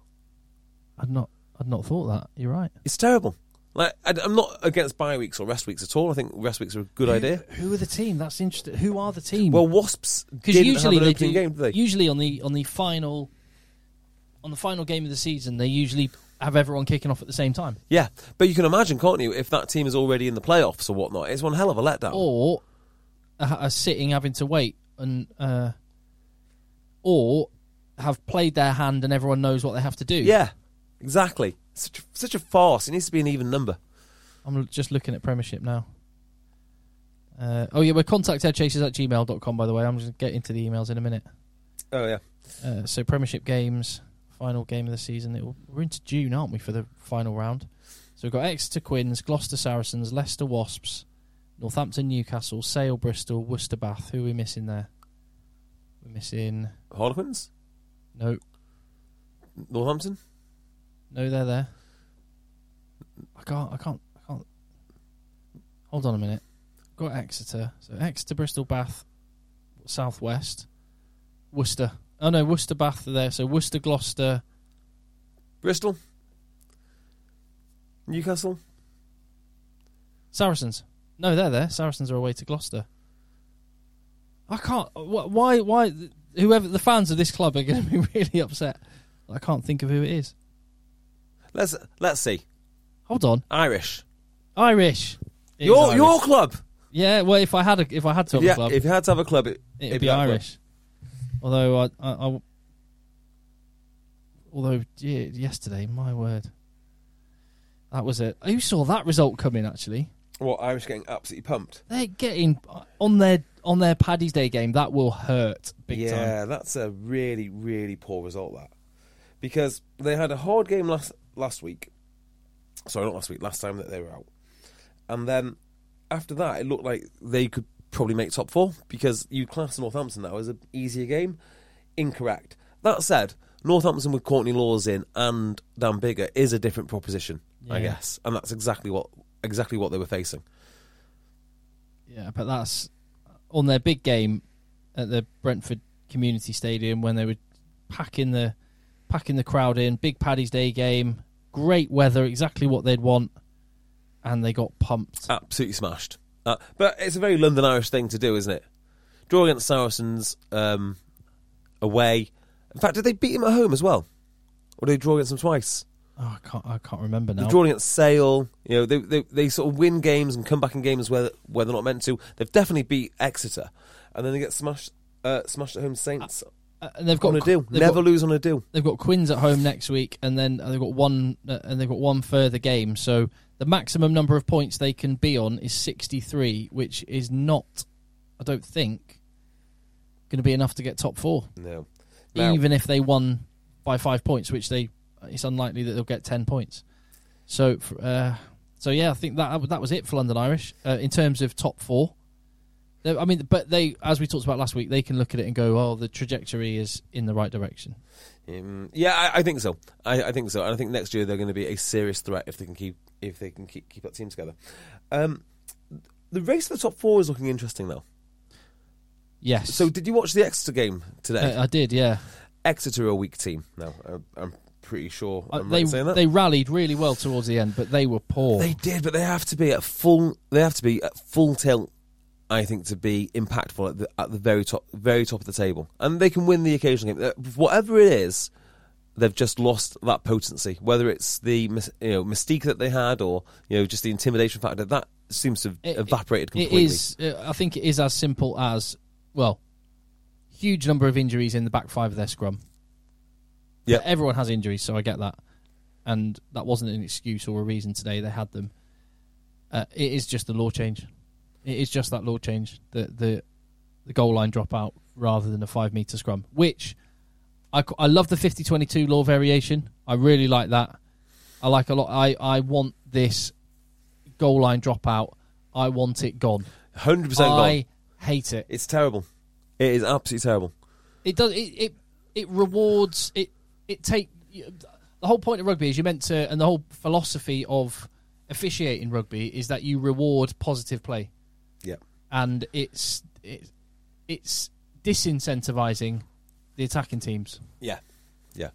I'd not, I'd not thought that. You're right. It's terrible. Like I, am not against bye weeks or rest weeks at all. I think rest weeks are a good idea. Who are the team? That's interesting. Who are the team? Well, Wasps because didn't usually have an they opening do, game, did they? usually on the on the final on the final game of the season they usually have everyone kicking off at the same time yeah, but you can imagine, can't you, if that team is already in the playoffs or whatnot? It's one hell of a letdown. or are are sitting having to wait and uh, or have played their hand and everyone knows what they have to do Yeah, exactly. Such such a farce. It needs to be an even number. i'm l- just looking at premiership now uh, oh yeah we're contact headchasers at gmail.com by the way i'm just getting to the emails in a minute Oh yeah. Uh, so Premiership games, final game of the season. It will, we're into June, aren't we, for the final round? So we've got Exeter Quins, Gloucester Saracens, Leicester Wasps, Northampton Newcastle, Sale Bristol, Worcester Bath. Who are we missing there? We're missing Harlequins, no, Northampton. no, they're there. I can't, I can't, I can't. Hold on a minute. We've got Exeter, so Exeter, Bristol, Bath, Southwest, Worcester. Oh no, Worcester Bath are there. So Worcester, Gloucester. Bristol, Newcastle. Saracens. No, they're there. Saracens are away to Gloucester. I can't. wh- Why? Why? Whoever the fans of this club are going to be really upset. I can't think of who it is. Let's let's see. Hold on, Irish. Irish. It is your Irish. your club. Yeah. Well, if I had a, if I had to have yeah. a club, If you had to have a club, it, it'd, be that club. Irish. Although I, I, I w- although yeah, yesterday, my word, that was it. Who saw that result coming? Actually, Well, I was getting absolutely pumped. They're getting on their on their Paddy's Day game. That will hurt big time. yeah, that's a really, really poor result. That because they had a hard game last last week. Sorry, not last week. Last time that they were out, and then after that, it looked like they could probably make top four because you class Northampton now as an easier game. Incorrect. That said, Northampton with Courtney Laws in and Dan Bigger is a different proposition, I Yeah. guess, and that's exactly what exactly what they were facing. Yeah, but that's on their big game at the Brentford Community Stadium when they were packing the packing the crowd in. Big Paddy's Day game, great weather, exactly what they'd want, and they got pumped. absolutely smashed. Uh, but it's a very London Irish thing to do, isn't it? Draw against Saracens um, away. In fact, did they beat him at home as well, or did they draw against them twice? Oh, I can't I can't remember They're now. drawing against Sale. You know, they, they they sort of win games and come back in games where where they're not meant to. They've definitely beat Exeter, and then they get smashed uh, smashed at home Saints Uh, and they've got on a Qu- deal. they've Never got- lose on a deal. they've got Quins at home next week, and then they've got one uh, and they've got one further game. So the maximum number of points they can be on is sixty three, which is not, I don't think, going to be enough to get top four. No, Now- Even if they won by five points, which they, it's unlikely that they'll get ten points. So, f- uh, so yeah, I think that that was it for London Irish uh, in terms of top four. They- I mean, but they, as we talked about last week, they can look at it and go, "Oh, the trajectory is in the right direction." Um, yeah, I, I think so. I, I think so, and I think next year they're going to be a serious threat if they can keep if they can keep keep that team together. Um, the race for the top four is looking interesting though. Yes. So, did you watch the Exeter game today? Uh, I did, yeah. Exeter are a weak team now. I'm, I'm pretty sure. Uh, I'm they right saying that. they rallied really well towards the end, but they were poor. They did, but they have to be at full. They have to be at full tilt. I think to be impactful at the, at the very top, very top of the table, and they can win the occasional game, Uh, whatever it is. They've just lost that potency, whether it's the mys- you know, mystique that they had, or you know just the intimidation factor. That seems to have It- evaporated it completely. is. Uh, I think it is as simple as well. Huge number of injuries in the back five of their scrum. Yeah. everyone has injuries, so I get that, and that wasn't an excuse or a reason today. They had them. Uh, it is just the law change. It is just that law change. The the the goal line dropout rather than a five meter scrum, which I, c- I love the 50-22 law variation. I really like that. I like a lot. I, I want this goal line dropout. I want it gone. Hundred percent gone. I hate it. It's terrible. It is absolutely terrible. It does. It it, it rewards. It it take the whole point of rugby is you're meant to, and the whole philosophy of officiating rugby is that you reward positive play, Yeah, and it's it, it's disincentivizing the attacking teams. yeah, yeah.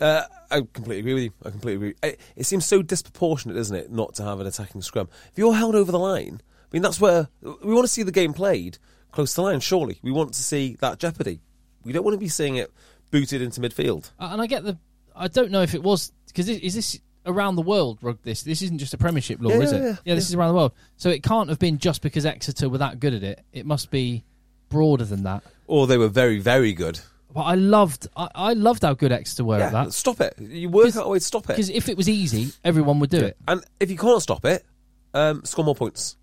Uh, I completely agree with you. I completely agree. It, it seems so disproportionate, doesn't it, not to have an attacking scrum? If you're held over the line, I mean, that's where we want to see the game played close to the line. Surely, we want to see that jeopardy. We don't want to be seeing it booted into midfield. Uh, And I get the. I don't know if it was because is this around the world? Rug this. This isn't just a Premiership law, Yeah, is yeah, it? yeah, this is around the world. So it can't have been just because Exeter were that good at it. It must be broader than that. Or they were very, very good. But I loved. I, I loved how good Exeter were Yeah, at that. stop it. You work 'Cause- out a way to stop Because it. if it was easy, everyone would do it. And if you can't stop it, um, score more points.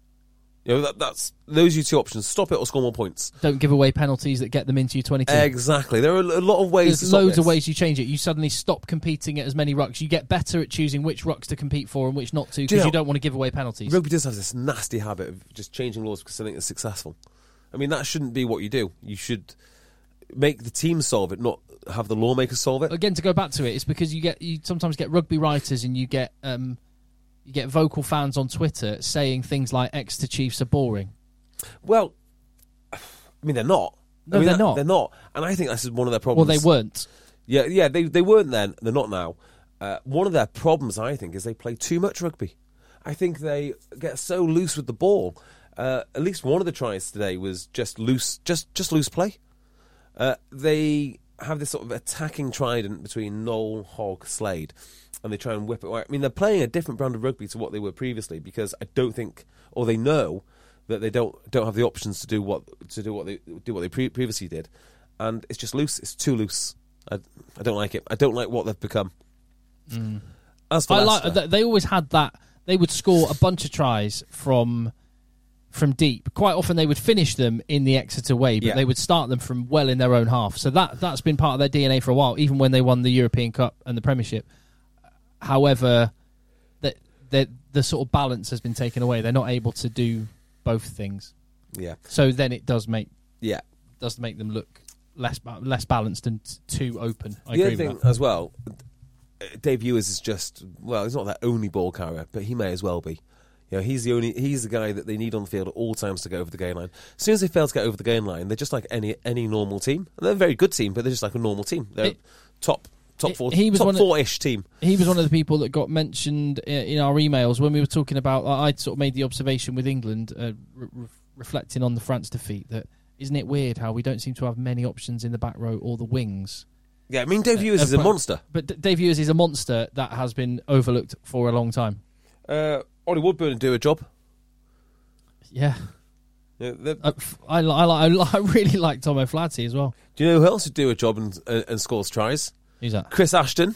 You know, that, that's those are your two options: stop it or score more points. Don't give away penalties that get them into your twenty-two. Exactly. There are a lot of ways. to There's stop loads of this. ways you change it. You suddenly stop competing at as many rucks. You get better at choosing which rucks to compete for and which not to Do you because know- you don't want to give away penalties. Rugby does have this nasty habit of just changing laws because something is successful. I mean, that shouldn't be what you do. You should make the team solve it, not have the lawmakers solve it. again to go back to it, it's because you get you sometimes get rugby writers and you get um, you get vocal fans on Twitter saying things like Exeter Chiefs are boring. Well, I mean, they're not. No, I mean, they're that- not. They're not. And I think that's one of their Well, problems. they weren't. Yeah, yeah, they they weren't then. They're not now. Uh, one of their problems, I think, is they play too much rugby. I think they get so loose with the ball. Uh, at least one of the tries today was just loose, just just loose play. Uh, they have this sort of attacking trident between Noel, Hogg, Slade, and they try and whip it. I mean, they're playing a different brand of rugby to what they were previously because I don't think, or they know that they don't don't have the options to do what to do what they do what they pre- previously did, and it's just loose. It's too loose. I, I don't like it. I don't like what they've become. As for I Leicester- like they always had that they would score a bunch of tries from from deep. Quite often they would finish them in the Exeter way, but Yeah. they would start them from well in their own half. So that that's been part of their DNA for a while, even when they won the European Cup and the Premiership. However, that the the sort of balance has been taken away. They're not able to do both things. Yeah, So then it does make yeah. does make them look less ba- less balanced and t- too open. I the agree other thing with that. as well, uh, Dave Ewers is just well, he's not their only ball carrier, but he may as well be. You know, he's the only he's the guy that they need on the field at all times to get over the game line. As soon as they fail to get over the game line, they're just like any any normal team. And they're a very good team, but they're just like a normal team. They're It- top top it- four he was top one of- four ish team. He was one of the people that got mentioned i- in our emails when we were talking about. I I'd sort of made the observation with England, uh, re- re- reflecting on the France defeat, that isn't it weird how we don't seem to have many options in the back row or the wings. Yeah, I mean Dave Ewers Uh, is a but- monster. But D- Dave Ewers is a monster that has been overlooked for a long time. Uh, Ollie Woodburn would do a job. Yeah, You know, they're- I, Uh, I, li- I, li- I, li- I really like Tom O'Flaherty as well. do you know who else would do a job and uh, and scores tries? Who's that? Chris Ashton,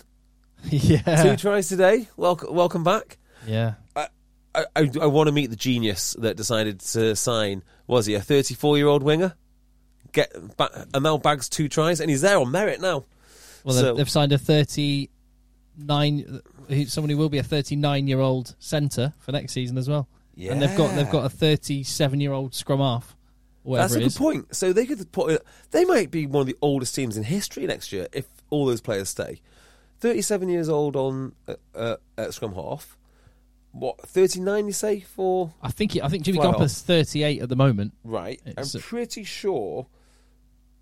two yeah, tries today. Welcome welcome back. yeah. I, I, I want to meet the genius that decided to sign. Was he a 34 year old winger? Get ba- and now bags two tries, and he's there on merit now. Well, So- they've, they've signed a 39, who- someone who will be a 39 year old centre for next season as well. And they've got they've got a 37 year old scrum half. or Whatever That's a it good is. point. So they could put. They might be one of the oldest teams in history next year if all those players stay. 37 years old on uh, uh, at scrum half. What 39? You say for I think he- I think Jimmy Flat Gopper's 38 at the moment. Right. It's I'm a- pretty sure.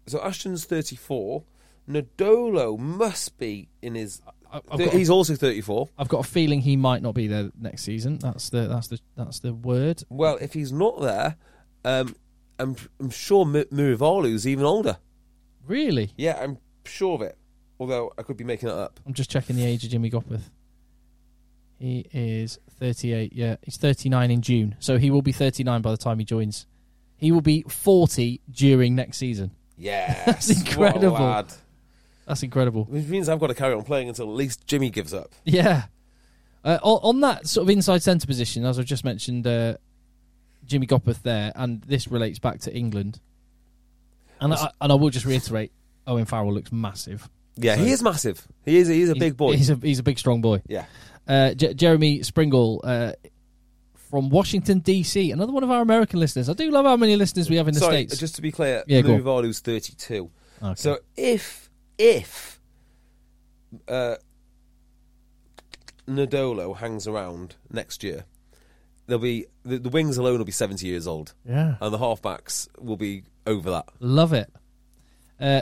So Ashton's 34. Nadolo must be in his. I- I've Th- got- he's also 34. I've got a feeling he might not be there next season. That's the that's the that's the word. Well, if he's not there, um, I'm, I'm sure M- Murivalu's even older. Really, Yeah, I'm sure of it. Although I could be making that up. I'm just checking the age of Jimmy Gopperth. He is 38. Yeah, he's 39 in June, so he will be 39 by the time he joins. He will be 40 during next season. Yes. That's incredible. What a lad. That's incredible. Which means I've got to carry on playing until at least Jimmy gives up. Yeah. Uh, on, on that sort of inside centre position, as I've just mentioned, uh, Jimmy Gopperth there, and this relates back to England. And I, and I will just reiterate, Owen Farrell looks massive. Yeah, he is massive. He is, he is a He's- big boy. He's a he's a big strong boy. yeah. Uh, J- Jeremy Springle uh, from Washington DC, another one of our American listeners. I do love how many listeners we have in the Sorry, states. just to be clear, Yeah, go on. Murivalu's 32. Okay. So if if uh, Nadolo hangs around next year, there'll be the, the wings alone will be seventy years old, yeah, and the halfbacks will be over that. love it. Uh,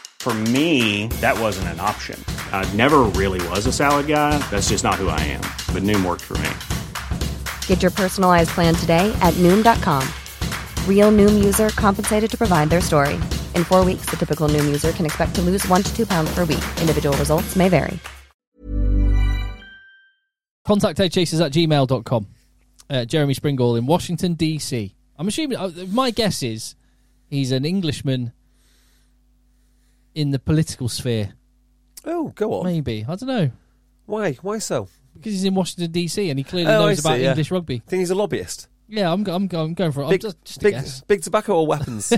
For me, that wasn't an option. I never really was a salad guy. That's just not who I am. But Noom worked for me. Get your personalized plan today at Noom.com. Real Noom user compensated to provide their story. In four weeks, the typical Noom user can expect to lose one to two pounds per week. Individual results may vary. contact headchasers at gmail.com. Uh, Jeremy Springall in Washington, D.C. I'm assuming, uh, my guess is he's an Englishman in the political sphere. Oh, go on. Maybe. I don't know. Why? Why so? Because he's in Washington, D.C. and he clearly Oh, I knows see, about yeah. English rugby. Think he's a lobbyist? Yeah, I'm, go- I'm, go- I'm going for it. I'm Big, just, just a big, guess. big tobacco or weapons?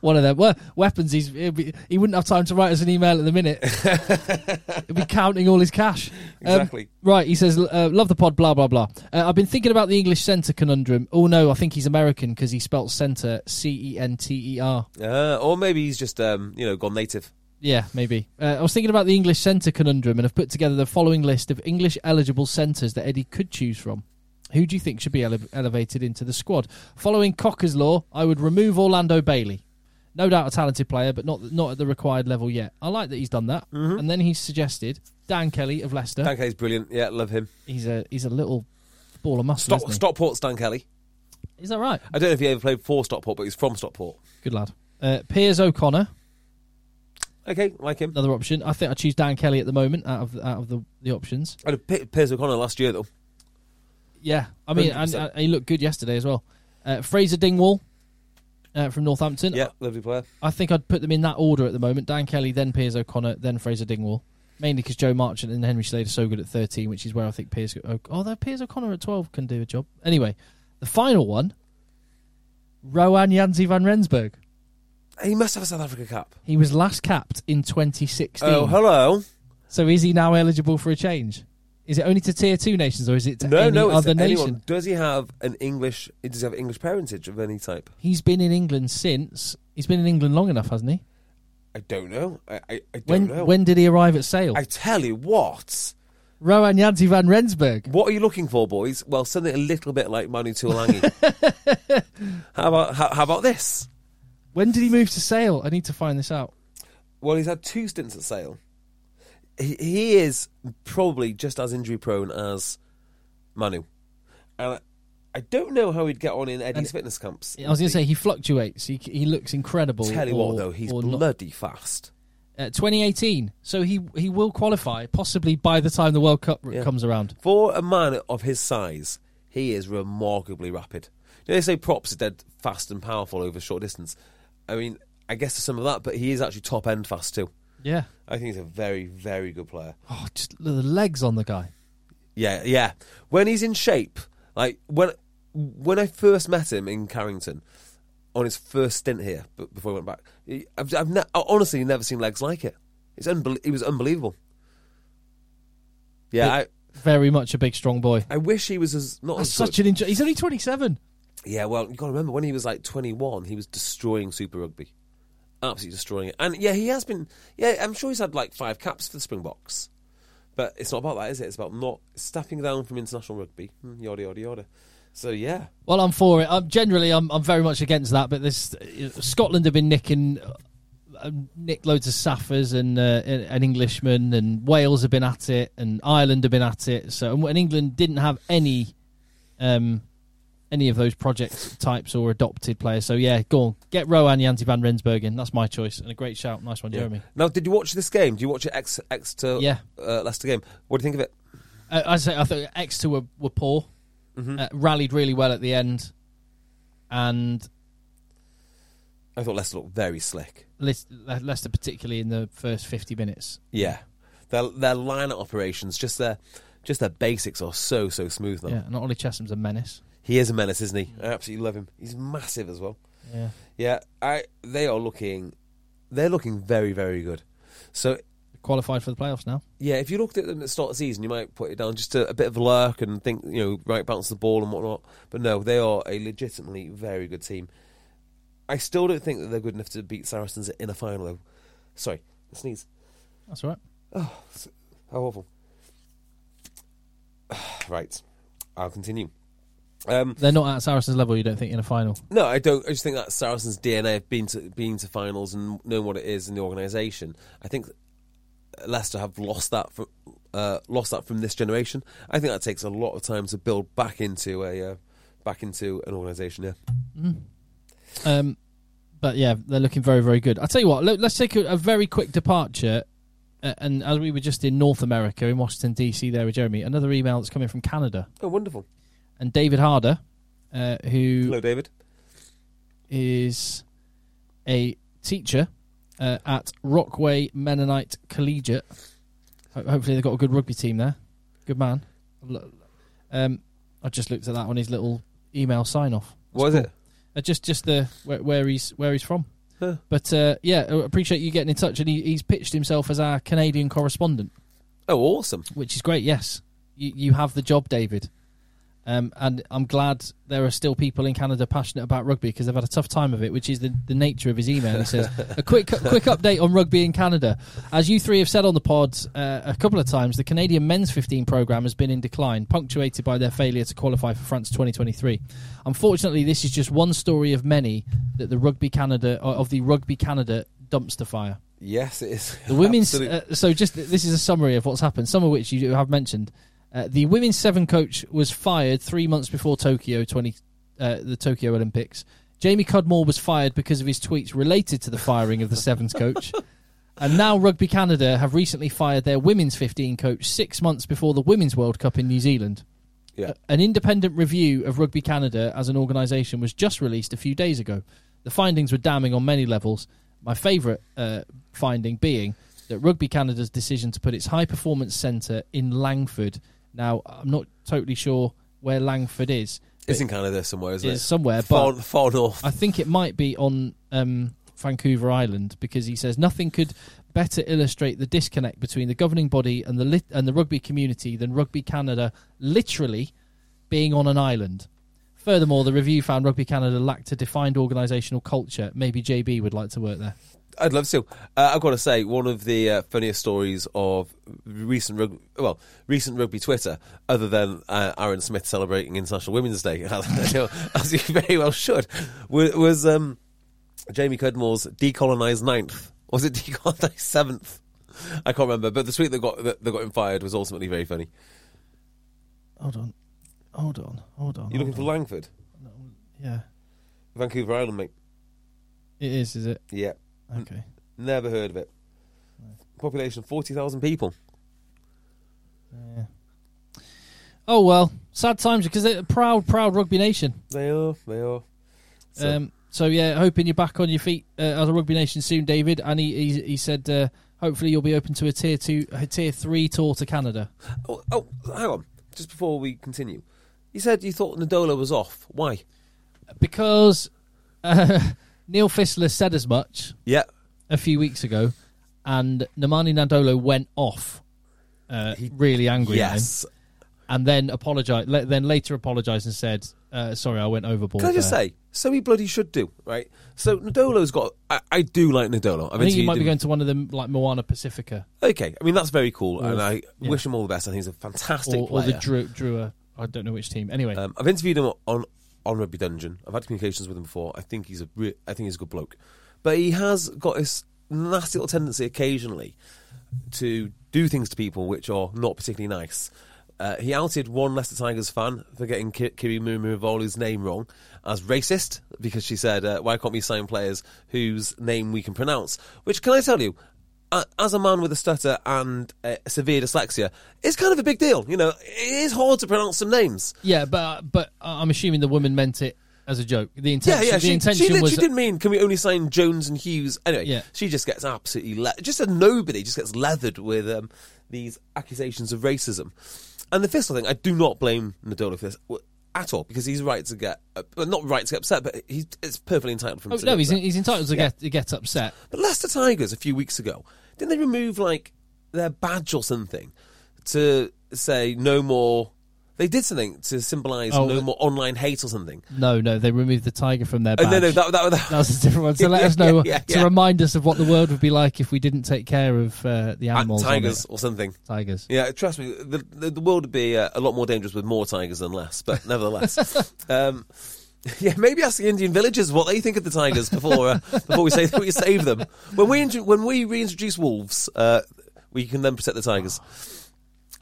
One of them. Well, weapons, he's, he'll be- he wouldn't have time to write us an email at the minute. He'd be counting all his cash. Um, Exactly. right, he says, uh, love the pod, blah, blah, blah. Uh, I've been thinking about the English centre conundrum. Oh, no, I think he's American because he spelt centre C E N T E R. uh, or maybe he's just um, you know gone native. Yeah, maybe. Uh, I was thinking about the English centre conundrum and have put together the following list of English eligible centres that Eddie could choose from. Who do you think should be ele- elevated into the squad? Following Cocker's law, I would remove Orlando Bailey. No doubt a talented player, but not not at the required level yet. I like that he's done that. And then he suggested Dan Kelly of Leicester. Mm-hmm. Dan Kelly's brilliant. Yeah, love him. He's a he's a little ball of muscle. isn't Stop, he? Stockport's Dan Kelly. Is that right? I don't know if he ever played for Stockport, but he's from Stockport. Good lad. Uh, Piers O'Connor, Okay, like him. another option. I think I choose Dan Kelly at the moment out of out of the, the options. I had P- Piers O'Connor last year though. Yeah, I mean, and, 100%. and he looked good yesterday as well. Uh, Fraser Dingwall uh, from Northampton. Yeah, lovely player. I think I'd put them in that order at the moment: Dan Kelly, then Piers O'Connor, then Fraser Dingwall. Mainly because Joe Marchant and Henry Slade are so good at thirteen, which is where I think Piers. O- Although Piers O'Connor at twelve can do a job. Anyway, the final one: Rowan Yanzi van Rensburg. He must have a South Africa cap. He was last capped in 2016. Oh, hello. So is he now eligible for a change? Is it only to tier two nations, or is it to No, any no, it's other to nation? anyone. Does he have an English? Does he have English parentage of any type? He's been in England since. He's been in England long enough, hasn't he? I don't know. I, I, I don't When know. when did he arrive at Sale? I tell you what. Rowan Yanzi van Rensburg. What are you looking for, boys? Well, something a little bit like Manu Tuolangi. how about how, how about this? When did he move to Sale? I need to find this out. Well, he's had two stints at Sale. He, he is probably just as injury prone as Manu, and I, I don't know how he'd get on in Eddie's And- fitness camps. I was going to say he fluctuates. He he looks incredible. Tell you or- what, though, he's or not. bloody fast. Uh, 2018. So he he will qualify possibly by the time the World Cup r- Yeah. comes around. For a man of his size, he is remarkably rapid. You know, they say props are dead fast and powerful over short distance. I mean, I guess there's some of that, but he is actually top end fast too. Yeah. I think he's a very, very good player. Oh, just the legs on the guy. Yeah, yeah. When he's in shape, like when when I first met him in Carrington on his first stint here, but before he went back, he- I've, I've ne- I honestly never seen legs like it. It's unbel- it was unbelievable. Yeah, I, Very much a big strong boy. I wish he was as not That's as such good. an enjoy. He's only 27. Yeah, well, you got to remember when he was like 21, he was destroying Super Rugby, absolutely destroying it. And yeah, he has been. Yeah, I'm sure he's had like five caps for the Springboks, but it's not about that, is it? It's about not stepping down from international rugby, mm, yada yada yada. So yeah, Well, I'm for it. I'm generally, I'm, I'm very much against that. But this Scotland have been nicking, uh, nicked loads of Saffers and uh, an Englishman, and Wales have been at it, and Ireland have been at it. So, and England didn't have any, um, any of those project types or adopted players. So yeah, go on, get Rowan Yanti van Rensburg in. That's my choice, and a great shout. Nice one, Jeremy. Now, did you watch this game? Do you watch it ex Exeter Yeah. uh, Leicester game? What do you think of it? Uh, I say I thought Exeter were, were poor, uh, rallied really well at the end, and I thought Leicester looked very slick. Le- Le- Leicester particularly in the first 50 minutes. Yeah, their their line operations, just their just their basics are so so smooth now. Yeah, not only Chesham's a menace. He is a menace, isn't he? I absolutely love him. He's massive as well. Yeah. Yeah, I they are looking they're looking very, very good. So Qualified for the playoffs now. yeah, if you looked at them at the start of the season, you might put it down just to a bit of a lurk and think, you know, right bounce the ball and whatnot. But no, they are a legitimately very good team. I still don't think that they're good enough to beat Saracens in a final though. Sorry, sneeze. That's all right. How awful. right. I'll continue. Um, They're not at Saracens level, you don't think, in a final. No, I don't. I just think that Saracens' DNA of being to being to finals and knowing what it is in the organisation. I think Leicester have lost that from uh, lost that from this generation. I think that takes a lot of time to build back into a uh, back into an organisation. Yeah, Um, but yeah, they're looking very, very good. I'll tell you what, let, us take a, a very quick departure. Uh, and as we were just in North America, in Washington, D.C., there with Jeremy, another email that's coming from Canada. oh wonderful. And David Harder, uh, who Hello, David. is a teacher uh, at Rockway Mennonite Collegiate. Ho- hopefully, they've got a good rugby team there. Good man. Lo- Um, I just looked at that on his little email sign off. What is it? Uh, just just the where, where he's where he's from. Huh. But uh, yeah, I appreciate you getting in touch. And he, he's pitched himself as our Canadian correspondent, Oh, awesome. which is great. Yes, you you have the job, David. Um, and I'm glad there are still people in Canada passionate about rugby because they've had a tough time of it, which is the, the nature of his email. He says, A quick quick update on rugby in Canada. As you three have said on the pod uh, a couple of times, the Canadian men's 15 programme has been in decline, punctuated by their failure to qualify for France 2023. Unfortunately, this is just one story of many that the Rugby Canada, uh, of the Rugby Canada dumpster fire. Yes, it is. The women's Absolute- uh, so just this is a summary of what's happened. Some of which you have mentioned. Uh, the women's seven coach was fired three months before Tokyo twenty uh, the Tokyo Olympics. Jamie Cudmore was fired because of his tweets related to the firing of the sevens coach. And now Rugby Canada have recently fired their women's 15 coach six months before the Women's World Cup in New Zealand. yeah. An independent review of Rugby Canada as an organisation was just released a few days ago. The findings were damning on many levels. My favourite uh, finding being that Rugby Canada's decision to put its high performance centre in Langford. Now, I'm not totally sure where Langford is. It's in Canada somewhere, isn't it? It's somewhere, far, but far north. I think it might be on um, Vancouver Island because he says nothing could better illustrate the disconnect between the governing body and the lit- and the rugby community than Rugby Canada literally being on an island. Furthermore, the review found Rugby Canada lacked a defined organisational culture. Maybe JB would like to work there. I'd love to. Uh, I've got to say, one of the uh, funniest stories of recent rugby, well, recent rugby Twitter, other than uh, Aaron Smith celebrating International Women's Day, as he very well should, was, was um, Jamie Cudmore's decolonized ninth. Was it decolonized seventh? I can't remember, but the tweet that got that, that got him fired was ultimately very funny. Hold on, hold on, hold on. You're looking for Langford, yeah, Vancouver Island, mate. it is, is it? Yeah, Okay. never heard of it. Population forty thousand people. Oh well, sad times because they're a proud, proud rugby nation. They are. They are. So- Um, so yeah, hoping you're back on your feet uh, as a rugby nation soon, David. And he he, he said uh, hopefully you'll be open to a tier two, a tier three tour to Canada. Oh, oh, hang on. Just before we continue, you said you thought Nadola was off. Why? because uh, Neil Fissler said as much Yeah, a few weeks ago, and Namani Nandolo went off, uh, really angry at him, yes. and then apologized. Le- then later apologized and said, uh, "Sorry, I went overboard." Can I just there." say? So he bloody should do right. So Nadolo's got. I, I do like Nadolo. I've I think you interviewed might be him- going to one of them, like Moana Pacifica Okay, I mean that's very cool, and I yeah. wish him all the best. I think he's a fantastic or, or player. the Drew, Drua. I don't know which team. Anyway, um, I've interviewed him on on Rugby Dungeon. I've had communications with him before. I think he's a. Re- I think he's a good bloke, but he has got this nasty little tendency occasionally to do things to people which are not particularly nice. Uh, he outed one Leicester Tigers fan for getting Ki- Kiri Mumirivoli's name wrong as racist because she said, uh, "Why can't we sign players whose name we can pronounce?" Which can I tell you? a- As a man with a stutter and uh, severe dyslexia, it's kind of a big deal. You know, it is hard to pronounce some names. yeah, but but I'm assuming the woman meant it as a joke. The Yeah, intention, yeah. the She, intention she, did, was she didn't mean can we only sign Jones and Hughes. Anyway, Yeah. she just gets absolutely le- just a nobody just gets leathered with um, these accusations of racism. And the Thistle thing, I do not blame Nadolo for this w- at all because he's right to get uh, well, not right to get upset, but he's it's perfectly entitled for him Oh, to no, get he's, upset. he's entitled to get to get upset. But Leicester Tigers a few weeks ago, didn't they remove like their badge or something to say no more? They did something to symbolise Oh, no the- more online hate or something. No, no, they removed the tiger from their Oh, badge. no, no, that, that, that, That was a different one. So let Yeah, us know yeah, yeah, to yeah. remind us of what the world would be like if we didn't take care of uh, the at animals. on tigers it. or something. tigers. Yeah, trust me, the, the, the world would be uh, a lot more dangerous with more tigers than less, but nevertheless. um, yeah, maybe ask the Indian villagers what they think of the tigers before uh, before we say that we save them. When we intro- when we reintroduce wolves, uh, we can then protect the tigers.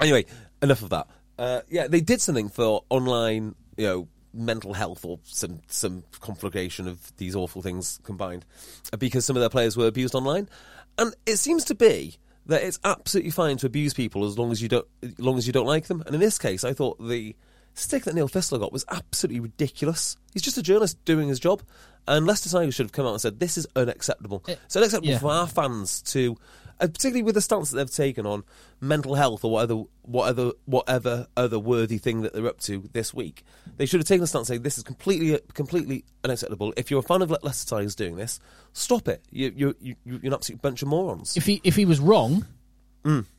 Anyway, enough of that. Uh, yeah, they did something for online, you know, mental health or some some conflagration of these awful things combined, uh, because some of their players were abused online, and it seems to be that it's absolutely fine to abuse people as long as you don't as long as you don't like them. And in this case, I thought the stick that Neil Fissler got was absolutely ridiculous. He's just a journalist doing his job, and Leicester Tigers should have come out and said this is unacceptable. it's unacceptable yeah. for our fans to, uh, particularly with the stance that they've taken on mental health or whatever, whatever, whatever other worthy thing that they're up to this week. They should have taken a stance saying this is completely, completely unacceptable. If you're a fan of Le- Leicester Tigers doing this, stop it. You, you, you, you're an absolute bunch of morons. If he if he was wrong,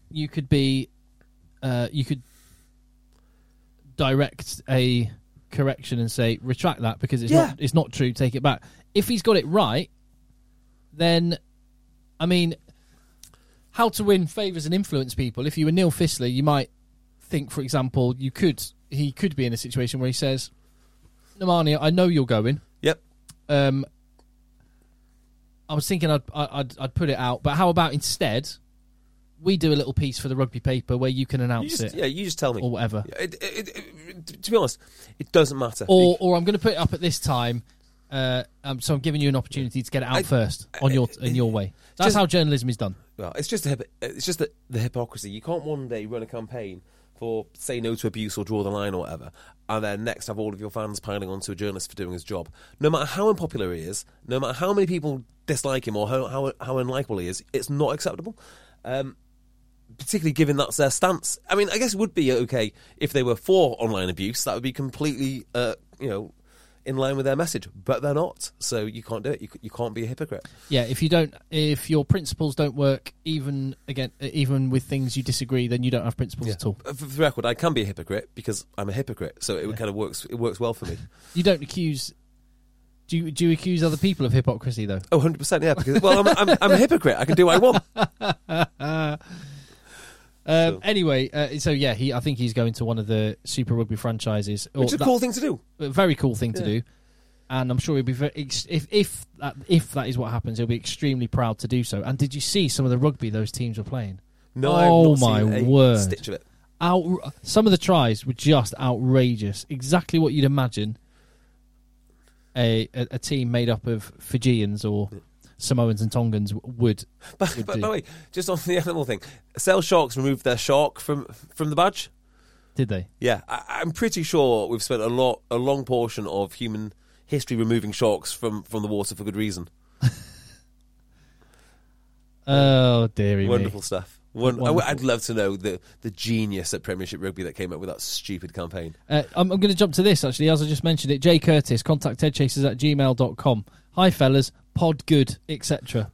you could be, uh, you could direct a correction and say retract that because it's Yeah. not it's not true. Take it back. If he's got it right, then I mean, how to win favors and influence people. If you were Neil Fistler, you might think, for example, you could he could be in a situation where he says, "Namania, I know you're going." Yep. Um, I was thinking I'd, I- I'd I'd put it out, but how about instead we do a little piece for the rugby paper where you can You announce it just, yeah, you just tell me. or whatever, It, it, it- to be honest, it doesn't matter. or or I'm going to put it up at this time. Uh, um, so I'm giving you an opportunity to get it out I- first on your in your way. That's Just- how journalism is done. well, it's just a, hypo- it's just the, the hypocrisy. You can't one day run a campaign for say no to abuse or draw the line or whatever, and then next have all of your fans piling onto a journalist for doing his job. No matter how unpopular he is, no matter how many people dislike him or how how, how unlikable he is, it's not acceptable. Um, particularly given that's their stance. I mean, I guess it would be okay if they were for online abuse. That would be completely, uh, you know, in line with their message. But they're not, so you can't do it. You, c- you can't be a hypocrite. Yeah, if you don't, if your principles don't work, even again, uh, even with things you disagree, then you don't have principles at all. Uh, For, for the record, I can be a hypocrite because I'm a hypocrite. So it kind of works. It works well for me. You don't accuse. Do you, do you accuse other people of hypocrisy though? Oh, 100 percent. Yeah, because well, I'm, I'm, I'm a hypocrite. I can do what I want. Um, Anyway, uh, so yeah, he I think he's going to one of the Super Rugby franchises. Or Which is a that- cool thing to do. a very cool thing to do, and I'm sure he'll be very, ex- if if that, if that is what happens, he'll be extremely proud to do so. And did you see some of the rugby those teams were playing? No, oh I've not my seen a word! Stitch of it. Out, some of the tries were just outrageous. Exactly what you'd imagine a a, a team made up of Fijians or Samoans and Tongans w- would. But, would but do. by the way, just on the animal thing, sell sharks removed their shark from from the badge. Did they? Yeah, I, I'm pretty sure we've spent a lot, a long portion of human history removing sharks from, from the water for good reason. Oh dearie Wonderful me! stuff. Won- I Wonderful. w- I'd love to know the, the genius at Premiership Rugby that came up with that stupid campaign. Uh, I'm, I'm going to jump to this actually, as I just mentioned it. Jay Curtis, contact headchasers at gmail.com. Hi, fellas, pod good, etc.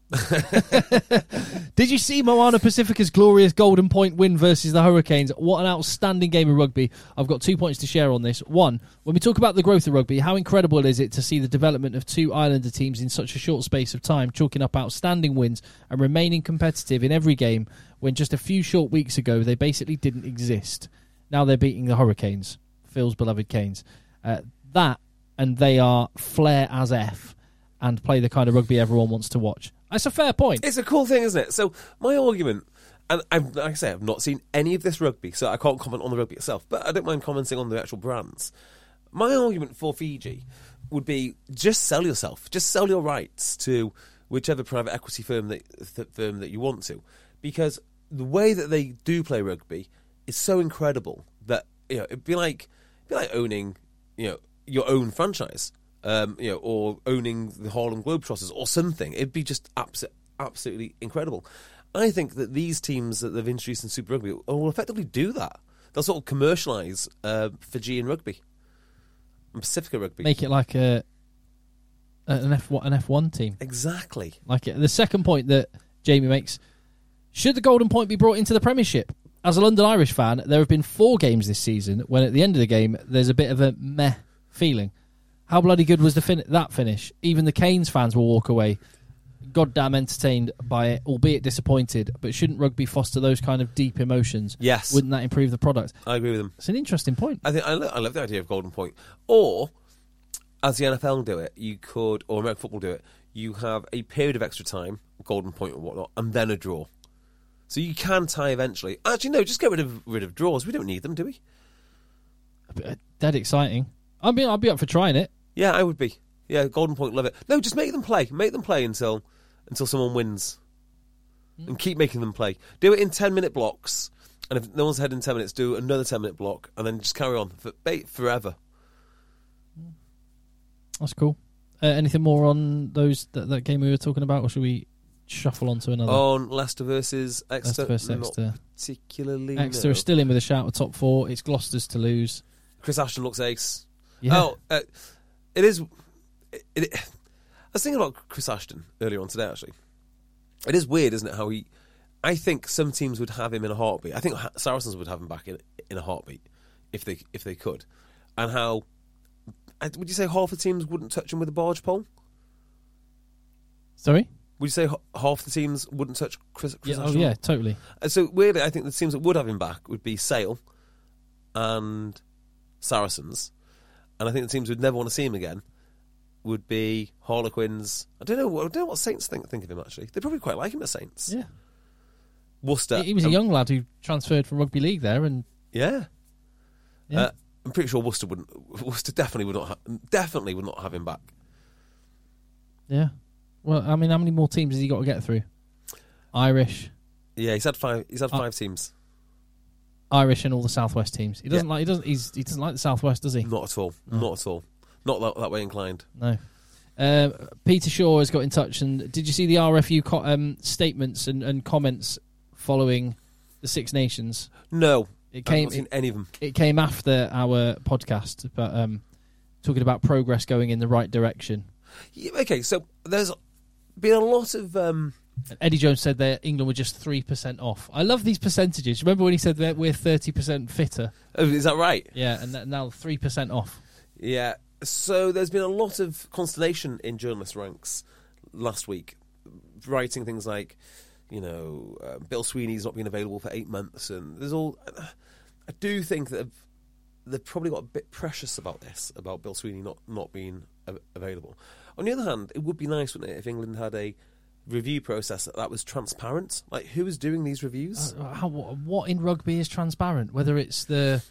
Did you see Moana Pacifica's glorious Golden Point win versus the Hurricanes? What an outstanding game of rugby. I've got two points to share on this. One, when we talk about the growth of rugby, how incredible is it to see the development of two Islander teams in such a short space of time, chalking up outstanding wins and remaining competitive in every game when just a few short weeks ago they basically didn't exist? Now they're beating the Hurricanes, Phil's beloved Canes. Uh, that, and they are flair as F and play the kind of rugby everyone wants to watch. That's a fair point. It's a cool thing, isn't it? So my argument, and I'm, like I say, I've not seen any of this rugby, so I can't comment on the rugby itself, but I don't mind commenting on the actual brands. My argument for Fiji would be just sell yourself, just sell your rights to whichever private equity firm that th- firm that you want to, because the way that they do play rugby is so incredible that you know it'd be like it'd be like owning you know your own franchise, um, you know, or owning the Harlem Globetrotters or something. It'd be just abs- absolutely incredible. I think that these teams that they've introduced in Super Rugby will effectively do that. They'll sort of commercialise uh, Fijian rugby and Pacifica rugby. make it like a an F an F one team. exactly. Like it. the second point that Jamie makes: should the Golden Point be brought into the Premiership? As a London Irish fan, there have been four games this season when at the end of the game there's a bit of a meh feeling. How bloody good was the fin- that finish? Even the Canes fans will walk away goddamn entertained by it, albeit disappointed. But shouldn't rugby foster those kind of deep emotions? Yes. Wouldn't that improve the product? I agree with them. It's an interesting point. I think I, lo- I love the idea of Golden Point. Or, as the NFL do it, you could, or American football do it, you have a period of extra time, Golden Point and whatnot, and then a draw. So you can tie eventually. Actually, no, just get rid of rid of draws. We don't need them, do we? Dead exciting. I mean, I'd be up for trying it. Yeah, I would be. Yeah, Golden Point, love it. No, just make them play. Make them play until until someone wins, and keep making them play. Do it in ten minute blocks, and if no one's ahead in ten minutes, do another ten minute block, and then just carry on for ba- forever. That's cool. Uh, anything more on those that, that game we were talking about, or should we shuffle on to another? On Oh, Leicester versus Exeter, Leicester versus not Exeter. particularly. Exeter no. are still in with a shout of top four. It's Gloucester's to lose. Chris Ashton looks ace. Yeah. Oh, uh, it is. It, it, I was thinking about Chris Ashton earlier on today. Actually, it is weird, isn't it? How he, I think some teams would have him in a heartbeat. I think Ha- Saracens would have him back in in a heartbeat if they if they could, and how and would you say half the teams wouldn't touch him with a barge pole? Sorry. Would you say h- half the teams wouldn't touch Chris? Yeah, Chris oh Ashton? yeah, totally. And Uh, so weirdly, I think the teams that would have him back would be Sale and Saracens, and I think the teams who'd never want to see him again would be Harlequins. I don't know. what- I don't know what Saints think think of him. Actually, they probably quite like him at Saints. Yeah. Worcester. He- he was a um, young lad who transferred from rugby league there, and Yeah. Yeah. Uh, I'm pretty sure Worcester wouldn't. Worcester definitely would not. Ha- definitely would not have him back. yeah. Well, I mean, how many more teams has he got to get through? Irish, Yeah, he's had five. He's had Uh, five teams. Irish, and all the Southwest teams. He doesn't Yeah. like. He doesn't. He's, he doesn't like the Southwest, does he? Not at all. Oh. Not at all. Not that, that way inclined. No. Uh, Peter Shaw has got in touch, and did you see the RFU co- um, statements and, and comments following the Six Nations? No, It I've came. not seen It, any of them. it came after our podcast, but um, talking about progress going in the right direction. Yeah, okay, so there's been a lot of. Um, And Eddie Jones said that England were just three percent off. I love these percentages. Remember when he said that we're thirty percent fitter? oh, is that right? Yeah, and that now three percent off. Yeah. So there's been a lot of consternation in journalist ranks last week, writing things like, you know, uh, Bill Sweeney's not been available for eight months, and there's all. I do think that they've, they've probably got a bit precious about this, about Bill Sweeney not not being av- available. On the other hand, it would be nice, wouldn't it, if England had a review process that, that was transparent, like who was doing these reviews? How, what, what in rugby is transparent? Whether it's the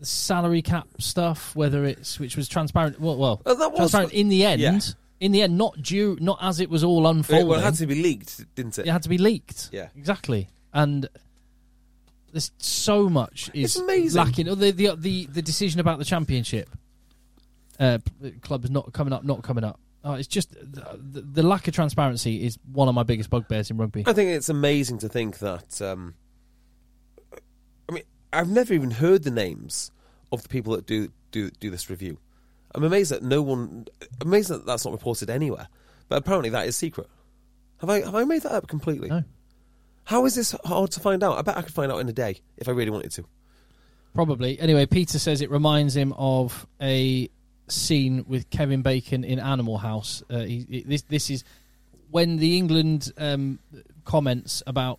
the salary cap stuff, whether it's which was transparent. Well, well Oh, that was- transparent in the end. Yeah. In the end, not due, not as it was all It- unfolding. well, it had to be leaked, didn't it? to be leaked. Yeah. exactly. And there's so much is It's amazing. lacking. Oh, the, the the the decision about the championship uh, p- clubs not coming up, not coming up. Oh, it's just the, the, the lack of transparency is one of my biggest bugbears in rugby. I think it's amazing to think that. Um, I mean, I've never even heard the names of the people that do do do this review. I'm amazed that no one. Amazed that that's not reported anywhere. But apparently, that is secret. Have I have I made that up completely? No. How is this hard to find out? I bet I could find out in a day if I really wanted to. Probably. Anyway, Peter says it reminds him of a scene with Kevin Bacon in Animal House. Uh, he, he- this this is when the England um, comments about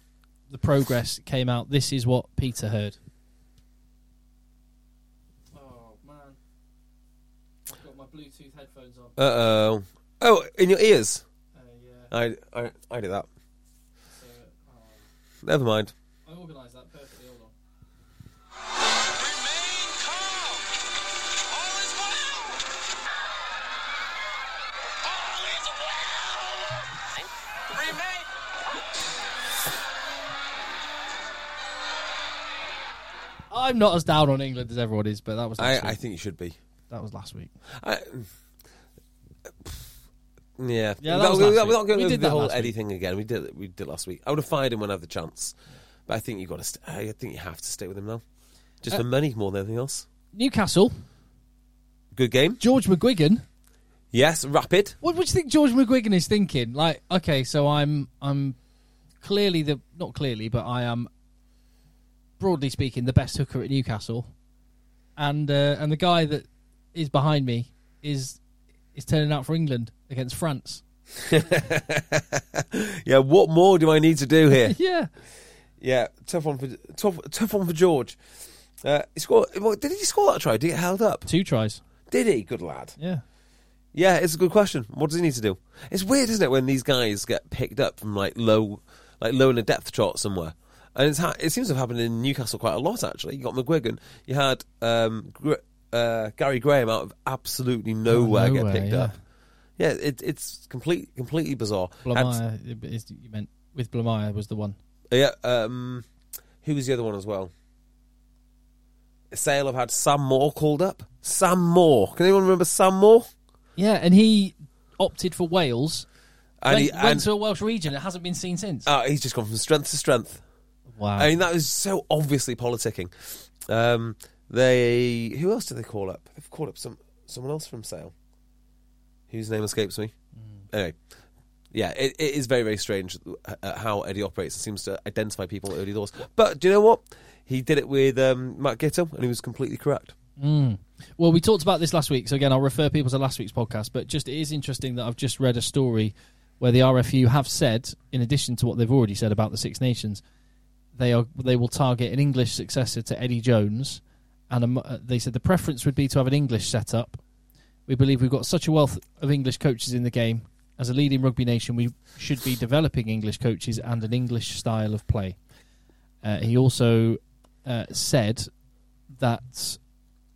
the progress came out. This is what Peter heard. Oh man, I've got my Bluetooth headphones on. Uh oh. Oh, in your ears. Uh, yeah, um, I I I did that. Never mind. I organised that perfectly. Hold on. Remain calm. All is well. All is well. Remain. I'm not as down on England as everyone is, but that was last I I week. think you should be. that was last week. I, Yeah, yeah, that We're not- was we're last not- we're week. not going We over did the that whole last Eddie week. thing again. We did we did last week. I would have fired him when I had the chance, but I think you got to. St- I think you have to stay with him now, just for money more than anything else. Newcastle, Good game. George McGuigan. Yes, rapid. What, what do you think George McGuigan is thinking? Like, okay, so I'm I'm clearly the not clearly, but I am broadly speaking the best hooker at Newcastle, and uh, and the guy that is behind me is is turning out for England against France. Yeah. What more do I need to do here? Yeah, yeah, tough one for tough tough one for George. Uh, he scored. well, Did he score that try? Did he get held up? two tries. Did he? Good lad. Yeah, Yeah, it's a good question. What does he need to do? It's weird, isn't it, when these guys get picked up from like low, like low in the depth chart somewhere, and it's ha- it seems to have happened in Newcastle quite a lot actually. You got McGuigan, you had um, Gr- uh, Gary Graham out of absolutely nowhere, nowhere, get picked yeah. up. Yeah, it, it's complete, completely bizarre. And- Blamire is you meant with Blamire was the one. yeah, um, who was the other one as well? Sale have had Sam Moore called up. Sam Moore. Can anyone remember Sam Moore? Yeah, and he opted for Wales. And went, he- went and- to a Welsh region. It hasn't been seen since. Oh, he's just gone from strength to strength. wow. I mean, that was so obviously politicking. Um, they who else did they call up? They've called up some someone else from Sale, whose name escapes me. Anyway, yeah, it, it uh, is very very strange uh, how Eddie operates. He seems to identify people at early doors. But do you know what? He did it with um, Matt Gitto, and he was completely correct. Well, we talked about this last week, so again, I'll refer people to last week's podcast. But just it is interesting that I've just read a story where the RFU have said, in addition to what they've already said about the Six Nations, they are they will target an English successor to Eddie Jones, and a mo- uh, they said the preference would be to have an English setup. We believe we've got such a wealth of English coaches in the game. As a leading rugby nation, we should be developing English coaches and an English style of play. Uh, he also uh, said that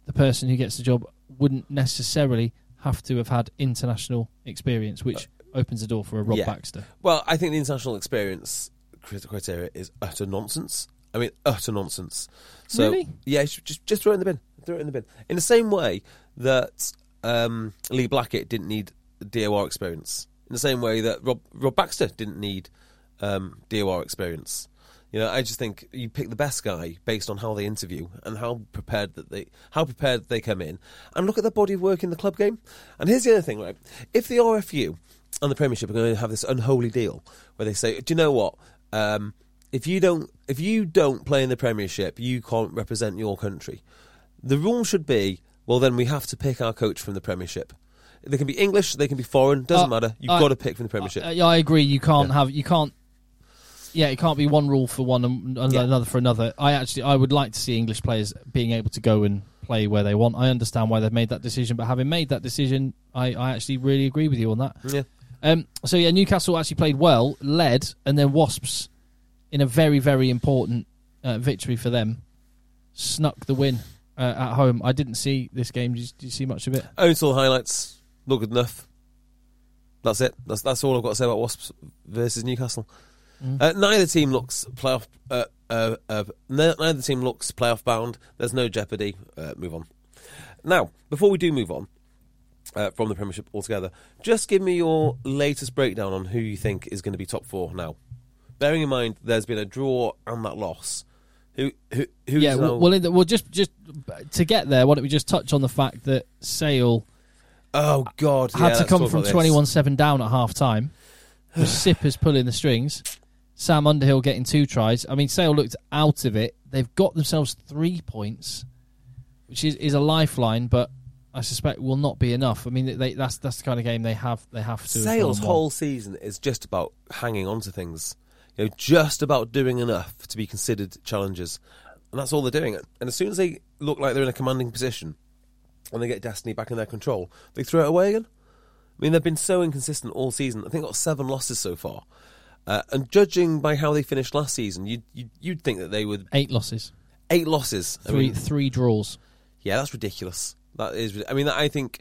the person who gets the job wouldn't necessarily have to have had international experience, which opens the door for a Rob yeah. Baxter. Well, I think the international experience crit- criteria is utter nonsense. I mean, utter nonsense. So, Really? Yeah, you should just just throw it in the bin. Throw it in the bin. In the same way that um, Lee Blackett didn't need DOR experience. In the same way that Rob Rob Baxter didn't need um, DOR experience. You know, I just think you pick the best guy based on how they interview and how prepared that they how prepared they come in, and look at their body of work in the club game. And here's the other thing, right? If the RFU and the Premiership are going to have this unholy deal where they say, "Do you know what? Um, if you don't if you don't play in the Premiership, you can't represent your country." The rule should be, well, then we have to pick our coach from the Premiership. They can be English, they can be foreign, doesn't Uh, matter. You've I- got to pick from the Premiership. Uh, yeah, I agree. You can't have you can't. Yeah, it can't be one rule for one and and Yeah. another for another. I actually I would like to see English players being able to go and play where they want. I understand why they've made that decision, but having made that decision, I, I actually really agree with you on that. yeah. Um, so yeah, Newcastle actually played well, led, and then Wasps, in a very very important uh, victory for them, snuck the win uh, at home. I didn't see this game. Did you, did you see much of it? Own all highlights. Not good enough. That's it. That's that's all I've got to say about Wasps versus Newcastle. Mm. Uh, neither team looks playoff. Uh, uh, uh, ne- neither team looks playoff bound. There's no jeopardy. Uh, move on. Now, before we do move on uh, from the Premiership altogether, just give me your latest breakdown on who you think is going to be top four now. Bearing in mind there's been a draw and that loss. Who who who's yeah, now, well, well, in the, well, just just to get there, why don't we just touch on the fact that Sale oh God yeah, had to let's come talk from about this. twenty-one seven down at half time. with Sippers pulling the strings. Sam Underhill getting two tries. I mean, Sale looked out of it. They've got themselves three points, which is, is a lifeline, but I suspect will not be enough. I mean, they, that's that's the kind of game they have. They have to. have Sale's gone on. whole season is just about hanging on to things, you know, just about doing enough to be considered challengers, and that's all they're doing. And as soon as they look like they're in a commanding position, and they get destiny back in their control, they throw it away again. I mean, they've been so inconsistent all season. I think they've got seven losses so far, uh, and judging by how they finished last season, you'd, you'd you'd think that they would eight losses, eight losses. I three mean, three draws. yeah, that's ridiculous. That is. I mean, I think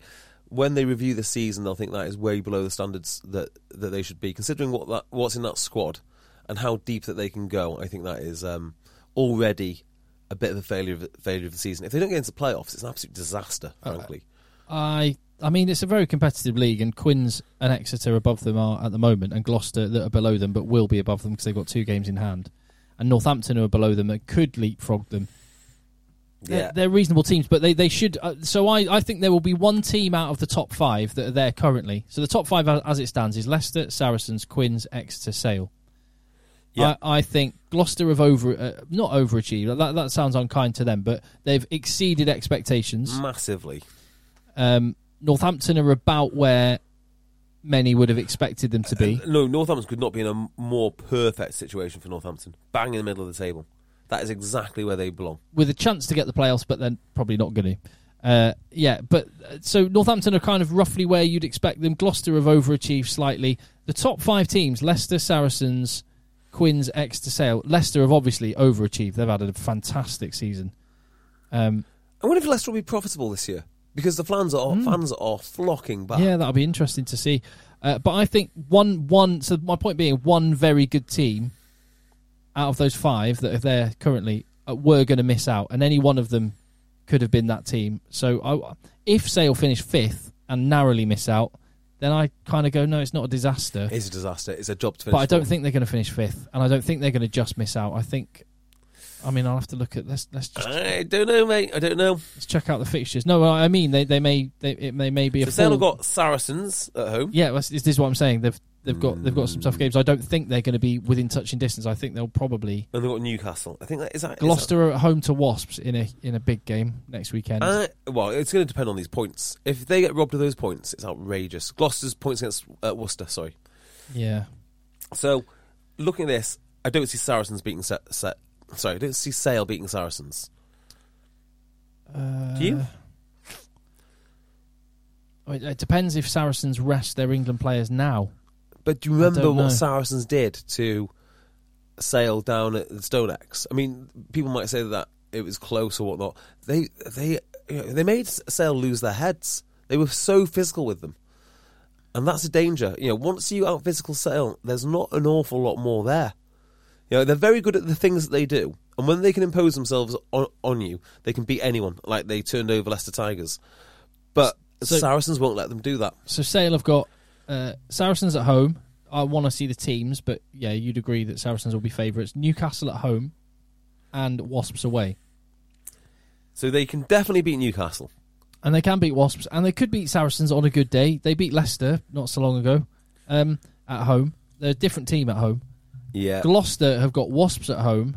when they review the season, they'll think that is way below the standards that, that they should be, considering what that, what's in that squad and how deep that they can go. I think that is um, already a bit of a failure of the, failure of the season. If they don't get into the playoffs, it's an absolute disaster. Frankly, I I mean, it's a very competitive league, and Quinns and Exeter above them are at the moment, and Gloucester that are below them, but will be above them because they've got two games in hand, and Northampton who are below them that could leapfrog them. They're, yeah, they're reasonable teams, but they, they should. Uh, so I, I think there will be one team out of the top five that are there currently. So the top five as, as it stands is Leicester, Saracens, Quinns, Exeter, Sale. Yeah. I, I think Gloucester have over uh, not overachieved. That that sounds unkind to them, but they've exceeded expectations. massively. Um, Northampton are about where many would have expected them to be. No, Northampton could not be in a m- more perfect situation for Northampton. Bang in the middle of the table. That is exactly where they belong. with a chance to get the playoffs, but then probably not going to. Uh, yeah, but uh, so Northampton are kind of roughly where you'd expect them. Gloucester have overachieved slightly. The top five teams: Leicester, Saracens, Quins, Exeter, Sale. Leicester have obviously overachieved. They've had a fantastic season. Um, I wonder if Leicester will be profitable this year because the fans are fans are flocking back. yeah, that'll be interesting to see. Uh, but I think one one. So my point being, one very good team out of those five that are there currently uh, were going to miss out, and any one of them could have been that team. So I, if Sale finish fifth and narrowly miss out, then I kind of go, no, it's not a disaster. It's a disaster. It's a job to finish. but I don't fourth. think they're going to finish fifth, and I don't think they're going to just miss out. I think. I mean, I'll have to look at let's let's just I don't know, mate. I don't know. let's check out the fixtures. No, I mean they, they may they it, they may be So a Sale full- have got Saracens at home. Yeah, well, this this is what I'm saying. They've They've got they've got some tough games. I don't think they're going to be within touching distance. I think they'll probably And they've got Newcastle. I think that is that is that- Gloucester are at home to Wasps in a in a big game next weekend. Uh, well, it's going to depend on these points. If they get robbed of those points, it's outrageous. Gloucester's points against uh, Worcester, sorry. yeah, So, looking at this, I don't see Saracens beating Sa- Sa- Sorry, I don't see Sale beating Saracens. Uh, Do you? I mean, it depends if Saracens rest their England players now. But do you remember don't what know. Saracens did to Sale down at the Stonex? I mean, people might say that it was close or whatnot. They they you know, they made Sale lose their heads. They were so physical with them, and that's a danger. You know, once you out physical Sale, there's not an awful lot more there. You know, they're very good at the things that they do, and when they can impose themselves on, on you, they can beat anyone. Like they turned over Leicester Tigers, but So- Saracens won't let them do that. So Sale have got uh, Saracens at home. I want to see the teams, but yeah, you'd agree that Saracens will be favourites. Newcastle at home and Wasps away, So they can definitely beat Newcastle. and they can beat Wasps, and they could beat Saracens on a good day. They beat Leicester not so long ago um, at home. They're a different team at home. Yeah, Gloucester have got Wasps at home,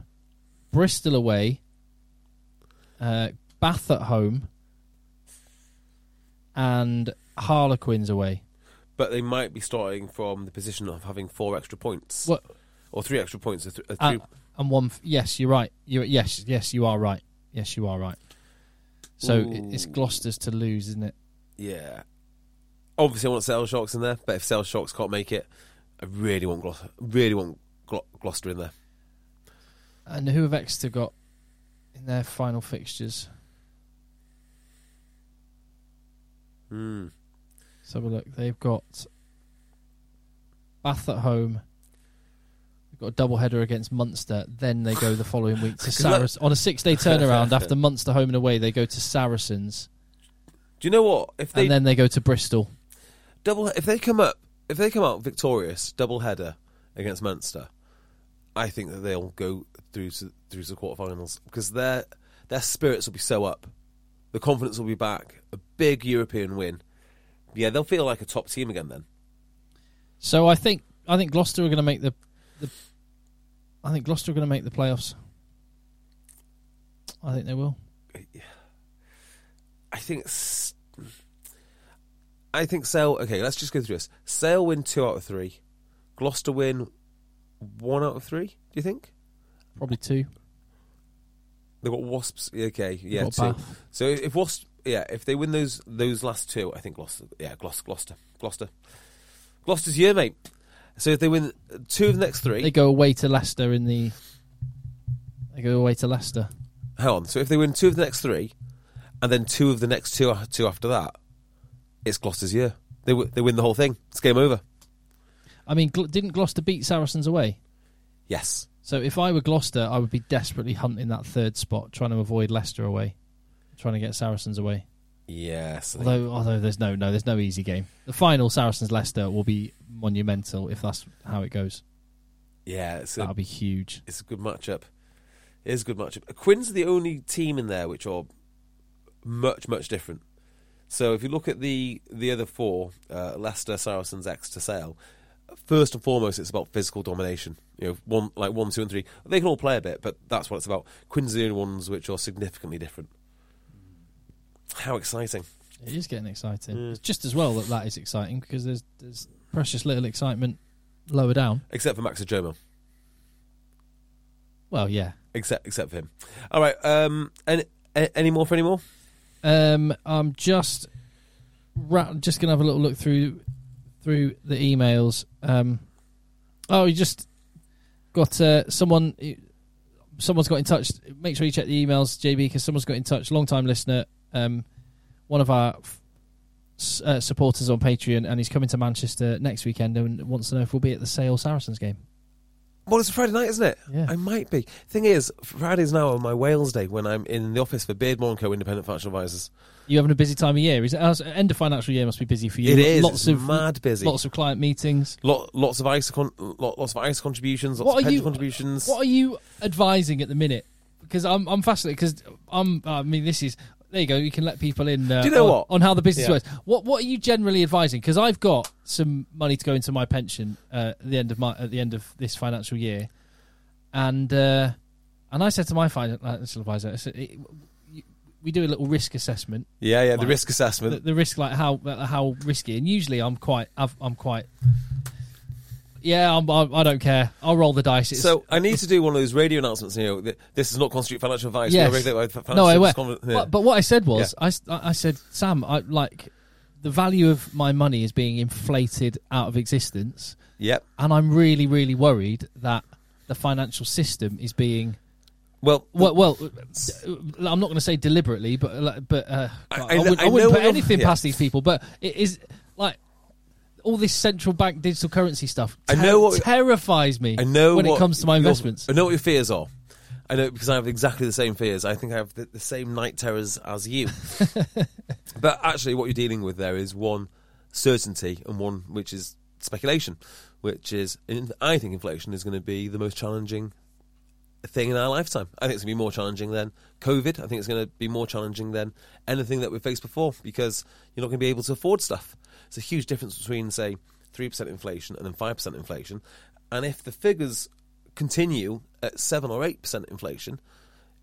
Bristol away, uh, Bath at home, and Harlequins away. but they might be starting from the position of having four extra points What? Ah. or three extra points. Or th- or And, three- Uh, and one. f- Yes, you're right. You yes, yes, you are right. Yes, you are right. So it- it's Gloucester's to lose, isn't it? yeah. Obviously, I want Sale Sharks in there, but if Sale Sharks can't make it, I really want Gloucester. Really want Glo- Gloucester in there. And who have Exeter got in their final fixtures? Hmm. Let's have a look. They've got Bath at home. They've got a double header against Munster. Then they go the following week to Saracens on a six-day turnaround. after Munster home and away, they go to Saracens, Do you know what? If they and then they go to Bristol. double, if they come up, if they come out victorious, double header against Munster, I think that they'll go through to through to the quarterfinals because their their spirits will be so up, the confidence will be back. A big European win, yeah, they'll feel like a top team again then. So I think I think Gloucester are going to make the, the I think Gloucester are going to make the playoffs. I think they will. I think. s- I think Sale. Okay, let's just go through this. Sale win two out of three. Gloucester win one out of three. Do you think Probably two. they got Wasps? Okay, yeah, got two. Bath. So if Wasps, yeah, if they win those those last two, I think Gloucester. Yeah, Gloucester, Gloucester, Gloucester, Gloucester's year, mate. So if they win two of the next three, They go away to Leicester in the. They go away to Leicester. hang on. So if they win two of the next three, and then two of the next two two after that, it's Gloucester's year. They w- they win the whole thing. It's game over. I mean, Gl- didn't Gloucester beat Saracens away? Yes. So if I were Gloucester, I would be desperately hunting that third spot, trying to avoid Leicester away, trying to get Saracens away. Yes. I think- Although, although there's no, no, there's no easy game. The final Saracens Leicester will be monumental if that's how it goes. Yeah, it's That'll a, be huge. it's a good matchup. It is a good matchup. Quinn's the only team in there which are much, much different. So if you look at the the other four, uh, Leicester, Saracens, Exeter, Sale, first and foremost, it's about physical domination. You know, one like one, two, and three. They can all play a bit, but that's what it's about. Quinn's the only ones which are significantly different. How exciting! It is getting exciting. It's just as well that that is exciting because there's there's precious little excitement lower down. Except for Max Ajomo. Well, yeah. Except except for him. All right. Um. Any, a- any more for any more? Um, I'm just ra- I'm just gonna have a little look through through the emails. Um, oh, you just got uh, someone. Someone's got in touch. Make sure you check the emails, JB, because someone's got in touch. Long time listener, um, one of our f- s- uh, supporters on Patreon, and he's coming to Manchester next weekend and wants to know if we'll be at the Sale Saracens game. Well, it's a Friday night, isn't it? Yeah. I might be. Thing is, Friday's now on my Wales Day when I'm in the office for Beardmore & Co. Independent Financial Advisors. You having a busy time of year? Is it, uh, end of financial year must be busy for you. It is. Lots It's of mad busy. Lots of client meetings. Lot, lots of ice, con- lot, lots of ice contributions, lots What of are pension you? contributions. What are you advising at the minute? Because I'm I'm fascinated. Because I'm I mean this is there you go. You can let people in. Uh, Do you know on, what? on how the business Yeah. works? What What are you generally advising? Because I've got some money to go into my pension uh, at the end of my at the end of this financial year, and uh, and I said to my financial advisor, I said, "It- we do a little risk assessment Yeah, yeah. The Right. risk assessment. the, the risk like how uh, how risky and usually i'm quite I've, i'm quite yeah I'm, I'm, i don't care i'll roll the dice it's, so I need to do one of those radio announcements. You know, that this does not constitute financial advice. We are Yes. regulated by financial no i services were. conver- yeah. But, but what i said was I s I I said sam i like the value of my money is being inflated out of existence Yep. and i'm really really worried that the financial system is being Well, well, well uh, I'm not going to say deliberately, but like, but uh, I- I, I wouldn't, know- I I wouldn't know put you're- anything yeah. past these people. But it is like all this central bank digital currency stuff. I know what- terrifies me. I know when what it comes to my your- investments. I know what your fears are. I know because I have exactly the same fears. I think I have the, the same night terrors as you. but actually, what you're dealing with there is one certainty and one which is speculation, which is in- I think inflation is going to be the most challenging thing in our lifetime. I think it's going to be more challenging than COVID. I think it's going to be more challenging than anything that we've faced before because you're not going to be able to afford stuff. It's a huge difference between, say, 3% inflation and then 5% inflation. And if the figures continue at 7 or 8% inflation,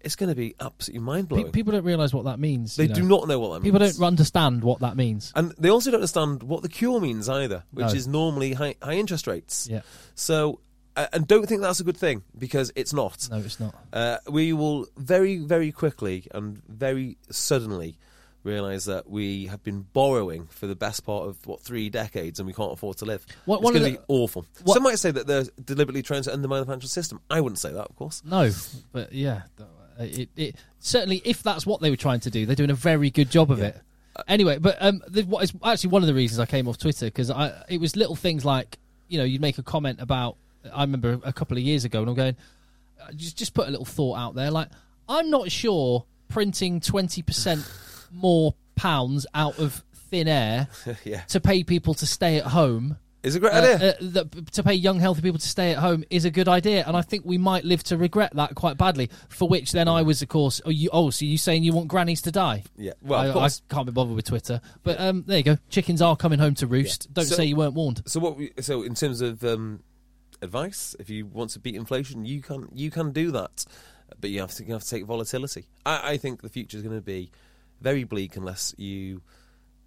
it's going to be absolutely mind Pe- blowing. people don't realize what that means. They you know. do not know what that People means. don't understand what that means. And they also don't understand what the cure means either, which No. is normally high, high interest rates. Yeah. So, uh, and don't think that's a good thing because it's not. No, it's not. Uh, we will very, very quickly and very suddenly realise that we have been borrowing for the best part of what three decades, and we can't afford to live. What- it's one going to of be the- awful. what- Some might say that they're deliberately trying to undermine the financial system. I wouldn't say that, of course. No, but yeah, th- it, it certainly if that's what they were trying to do, they're doing a very good job of it. Anyway, but um, the, what is actually one of the reasons I came off Twitter because I it was little things like you know you'd make a comment about I remember a couple of years ago and I'm going I just just put a little thought out there like I'm not sure printing twenty percent more pounds out of thin air Yeah. to pay people to stay at home It's a great uh, idea. uh, that to pay young healthy people to stay at home is a good idea and i think we might live to regret that quite badly for which then i was of course oh, you, oh so you saying you want grannies to die Yeah, well, I, of course. I can't be bothered with twitter but um, there you go chickens are coming home to roost don't So- say you weren't warned So what? We, so in terms of um, advice, if you want to beat inflation, you can you can do that, but you have to you have to take volatility. I, I think the future is going to be very bleak unless you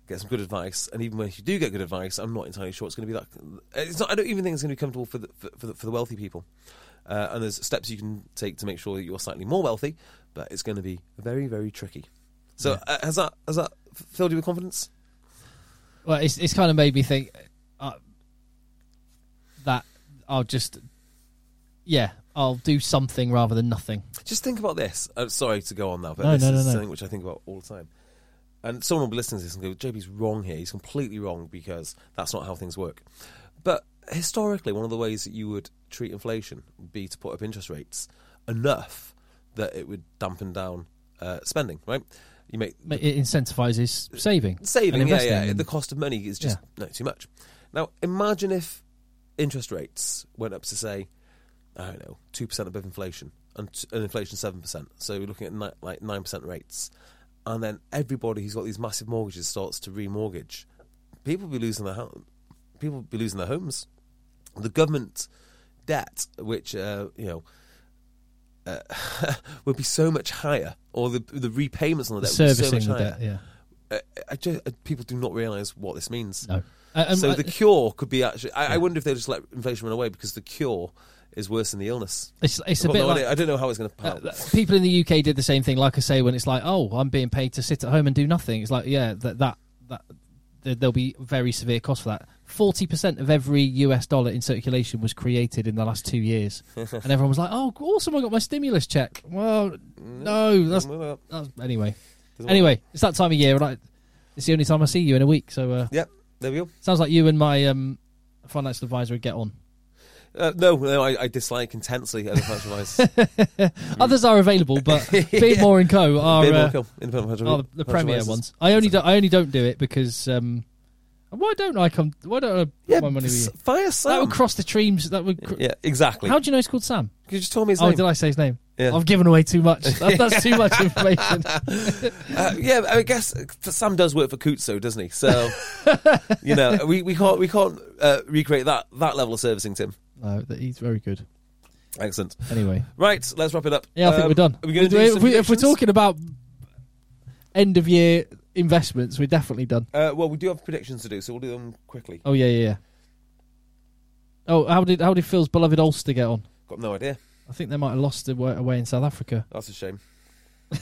get some good advice. And even when you do get good advice, I'm not entirely sure it's going to be that. It's not. I don't even think it's going to be comfortable for the for, for the, for the wealthy people. Uh, and there's steps you can take to make sure that you're slightly more wealthy, but it's going to be very very tricky. So uh, has that has that filled you with confidence? well it's, it's kind of made me think uh, that i'll just yeah i'll do something rather than nothing Just think about this. I'm sorry to go on now, but No, this no, no, is no. something which I think about all the time. And someone will be listening to this and go, JB's wrong here. He's completely wrong because that's not how things work. But historically, one of the ways that you would treat inflation would be to put up interest rates enough that it would dampen down uh, spending, right? You make Ma- it incentivizes saving and saving, yeah, investing yeah. and- The cost of money is just no too much. Now, imagine if interest rates went up to say, I don't know, two percent above inflation, and, and inflation seven percent. So we're looking at ni- like nine percent rates, and then everybody who's got these massive mortgages starts to remortgage. People will be losing their house. People will be losing their homes. The government debt, which uh, you know. Uh, would be so much higher, or the the repayments on the the debt would be so servicing much the higher debt yeah uh, I ju- uh, people do not realise what this means. no Uh, um, so uh, the cure could be actually. I, I wonder if they just let inflation run away because the cure is worse than the illness. it's, it's I've a got bit no like, idea- I don't know how it's going to pan Uh, out. people in the UK did the same thing. Like I say, when it's like, oh, I'm being paid to sit at home and do nothing. It's like, yeah, that that that there- there'll be very severe cost for that. Forty percent of every US dollar in circulation was created in the last two years, and everyone was like, oh, awesome, I got my stimulus check. Well, no, that's, that's anyway. Anyway, it's that time of year, and I, it's the only time I see you in a week. So uh, Yep, there we go. sounds like you and my um, financial advisor would get on. Uh, no, no, I, I dislike intensely other financial advice. Others are available, but Mm. Beardmore and Co are. Beardmore uh, Hill, independent financial- Oh, the, the financial premier advisors. ones. I only do, I only don't do it because um, And Why don't I come? Why don't I put Yeah, my money with s- you? fire That Sam. would cross the streams. That would. Cr- yeah, exactly. How do you know he's called Sam? you just told me his Oh, name. did I say his name? Yeah. I've given away too much. That, that's too much information. Uh, yeah, I guess uh, Sam does work for Kutso, doesn't he? So you know, we, we can't we can't uh, recreate that that level of servicing, Tim. No, that he's very good. Excellent. Anyway, Right, let's wrap it up. yeah, I think Um, we're done. Are we going to do if, some we, if we're predictions? talking about end of year investments, we're definitely done. Uh, well, we do have predictions to do, so we'll do them quickly. Oh yeah, yeah. yeah. Oh, how did how did Phil's beloved Ulster get on? Got no idea. I think they might have lost away, away in South Africa. That's a shame. I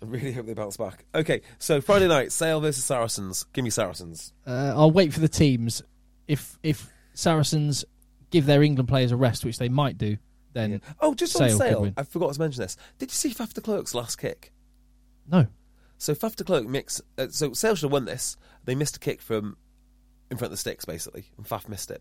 really hope they bounce back. Okay, so Friday night, Sale versus Saracens. Give me Saracens. Uh, I'll wait for the teams. If if Saracens give their England players a rest, which they might do, then Oh, just Sale on could Sale, win. I forgot to mention this. Did you see Faf de Klerk's last kick? no. So Faf de Klerk mix. Uh, so Sale should have won this. They missed a kick from in front of the sticks, basically, and Faf missed it.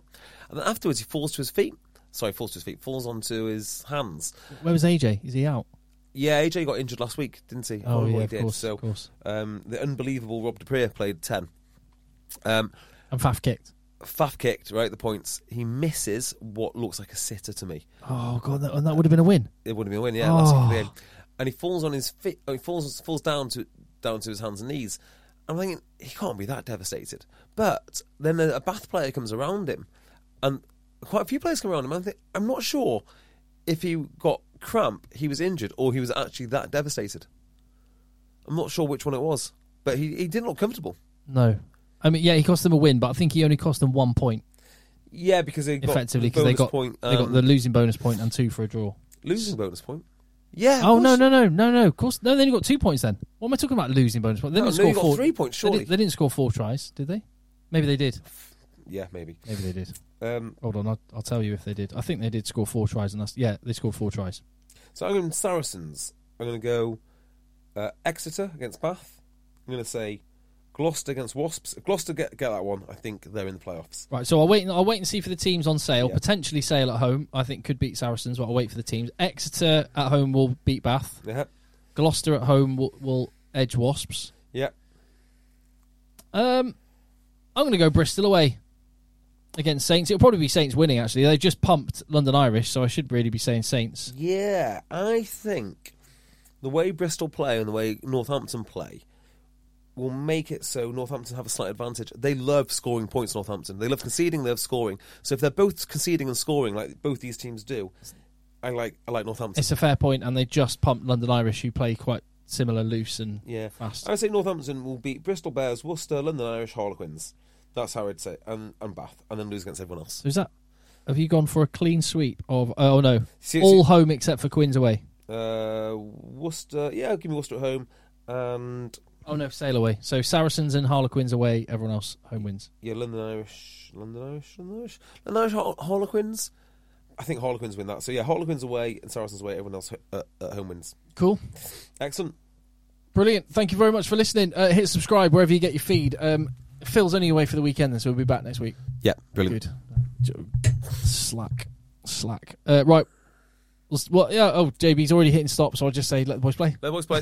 And then afterwards, he falls to his feet. Sorry, falls to his feet. Falls onto his hands. Where was AJ? Is he out? Yeah, AJ got injured last week, didn't he? I Oh, don't know what yeah, he of did. course, So of course. Um, the unbelievable Rob Dupree played ten. Um, And Faf kicked. Faf kicked right at the points. He misses what looks like a sitter to me. Oh god, that, and that would have been a win. It would have been a win, yeah. Last kick of the Oh. game. And he falls on his feet. oh, He falls falls down to down to his hands and knees. I'm thinking he can't be that devastated. But then a a Bath player comes around him, and quite a few players come around him. I'm think, I'm not sure if he got cramp, he was injured, or he was actually that devastated. I'm not sure which one it was, but he, he didn't look comfortable. No, I mean yeah, he cost them a win, but I think he only cost them one point Yeah, because they got effectively because they bonus got point, they got um, the losing bonus point and two for a draw. losing bonus point. Yeah. of Oh no course. no no no no! Of course no. They only got two points then. What am I talking about? Losing bonus point. They No, didn't no, score you got four. three points, They, surely. did, they didn't score four tries, did they? Maybe they did. Yeah, maybe. Maybe they did. Um, Hold on, I'll, I'll tell you if they did. I think they did score four tries, and that's yeah, they scored four tries. so I'm going Saracens. I'm going to go uh, Exeter against Bath. I'm going to say Gloucester against Wasps. If Gloucester get get that one. I think they're in the playoffs. Right, so I'll wait. I'll wait and see for the teams on sale. Yeah. Potentially sale at home. I think could beat Saracens, but I'll wait for the teams. Exeter at home will beat Bath. Yeah. Gloucester at home will, will edge Wasps. Yeah. Um, I'm going to go Bristol away against Saints. It'll probably be Saints winning. Actually, they just pumped London Irish, so I should really be saying Saints. Yeah. I think the way Bristol play and the way Northampton play will make it so Northampton have a slight advantage. They love scoring points. Northampton. They love conceding. They love scoring. So if they're both conceding and scoring like both these teams do, I like I like Northampton. It's a fair point, and they just pumped London Irish, who play quite similar, loose and Yeah, fast. I would say Northampton will beat Bristol Bears, Worcester, London Irish, Harlequins. That's how I'd say, and and Bath, and then lose against everyone else. So is that? Have you gone for a clean sweep of? Oh no, See- all see- home except for Quinn's away. Uh, Worcester, yeah, give me Worcester at home, and Oh no, Sale away. So Saracens and Harlequins away. Everyone else home wins. yeah, London Irish, London Irish, London Irish, London Irish Har- Harlequins. I think Harlequins win that. So yeah, Harlequins away and Saracens away. Everyone else ho- uh, at home wins. Cool. Excellent. Brilliant. Thank you very much for listening. Uh, hit subscribe wherever you get your feed. Um, Phil's only away for the weekend, so we'll be back next week. Yeah, Good. Slack. Slack. Uh, right. Let's- Well, yeah. Oh, JB's already hitting stop, so I'll just say let the boys play. Let boys play.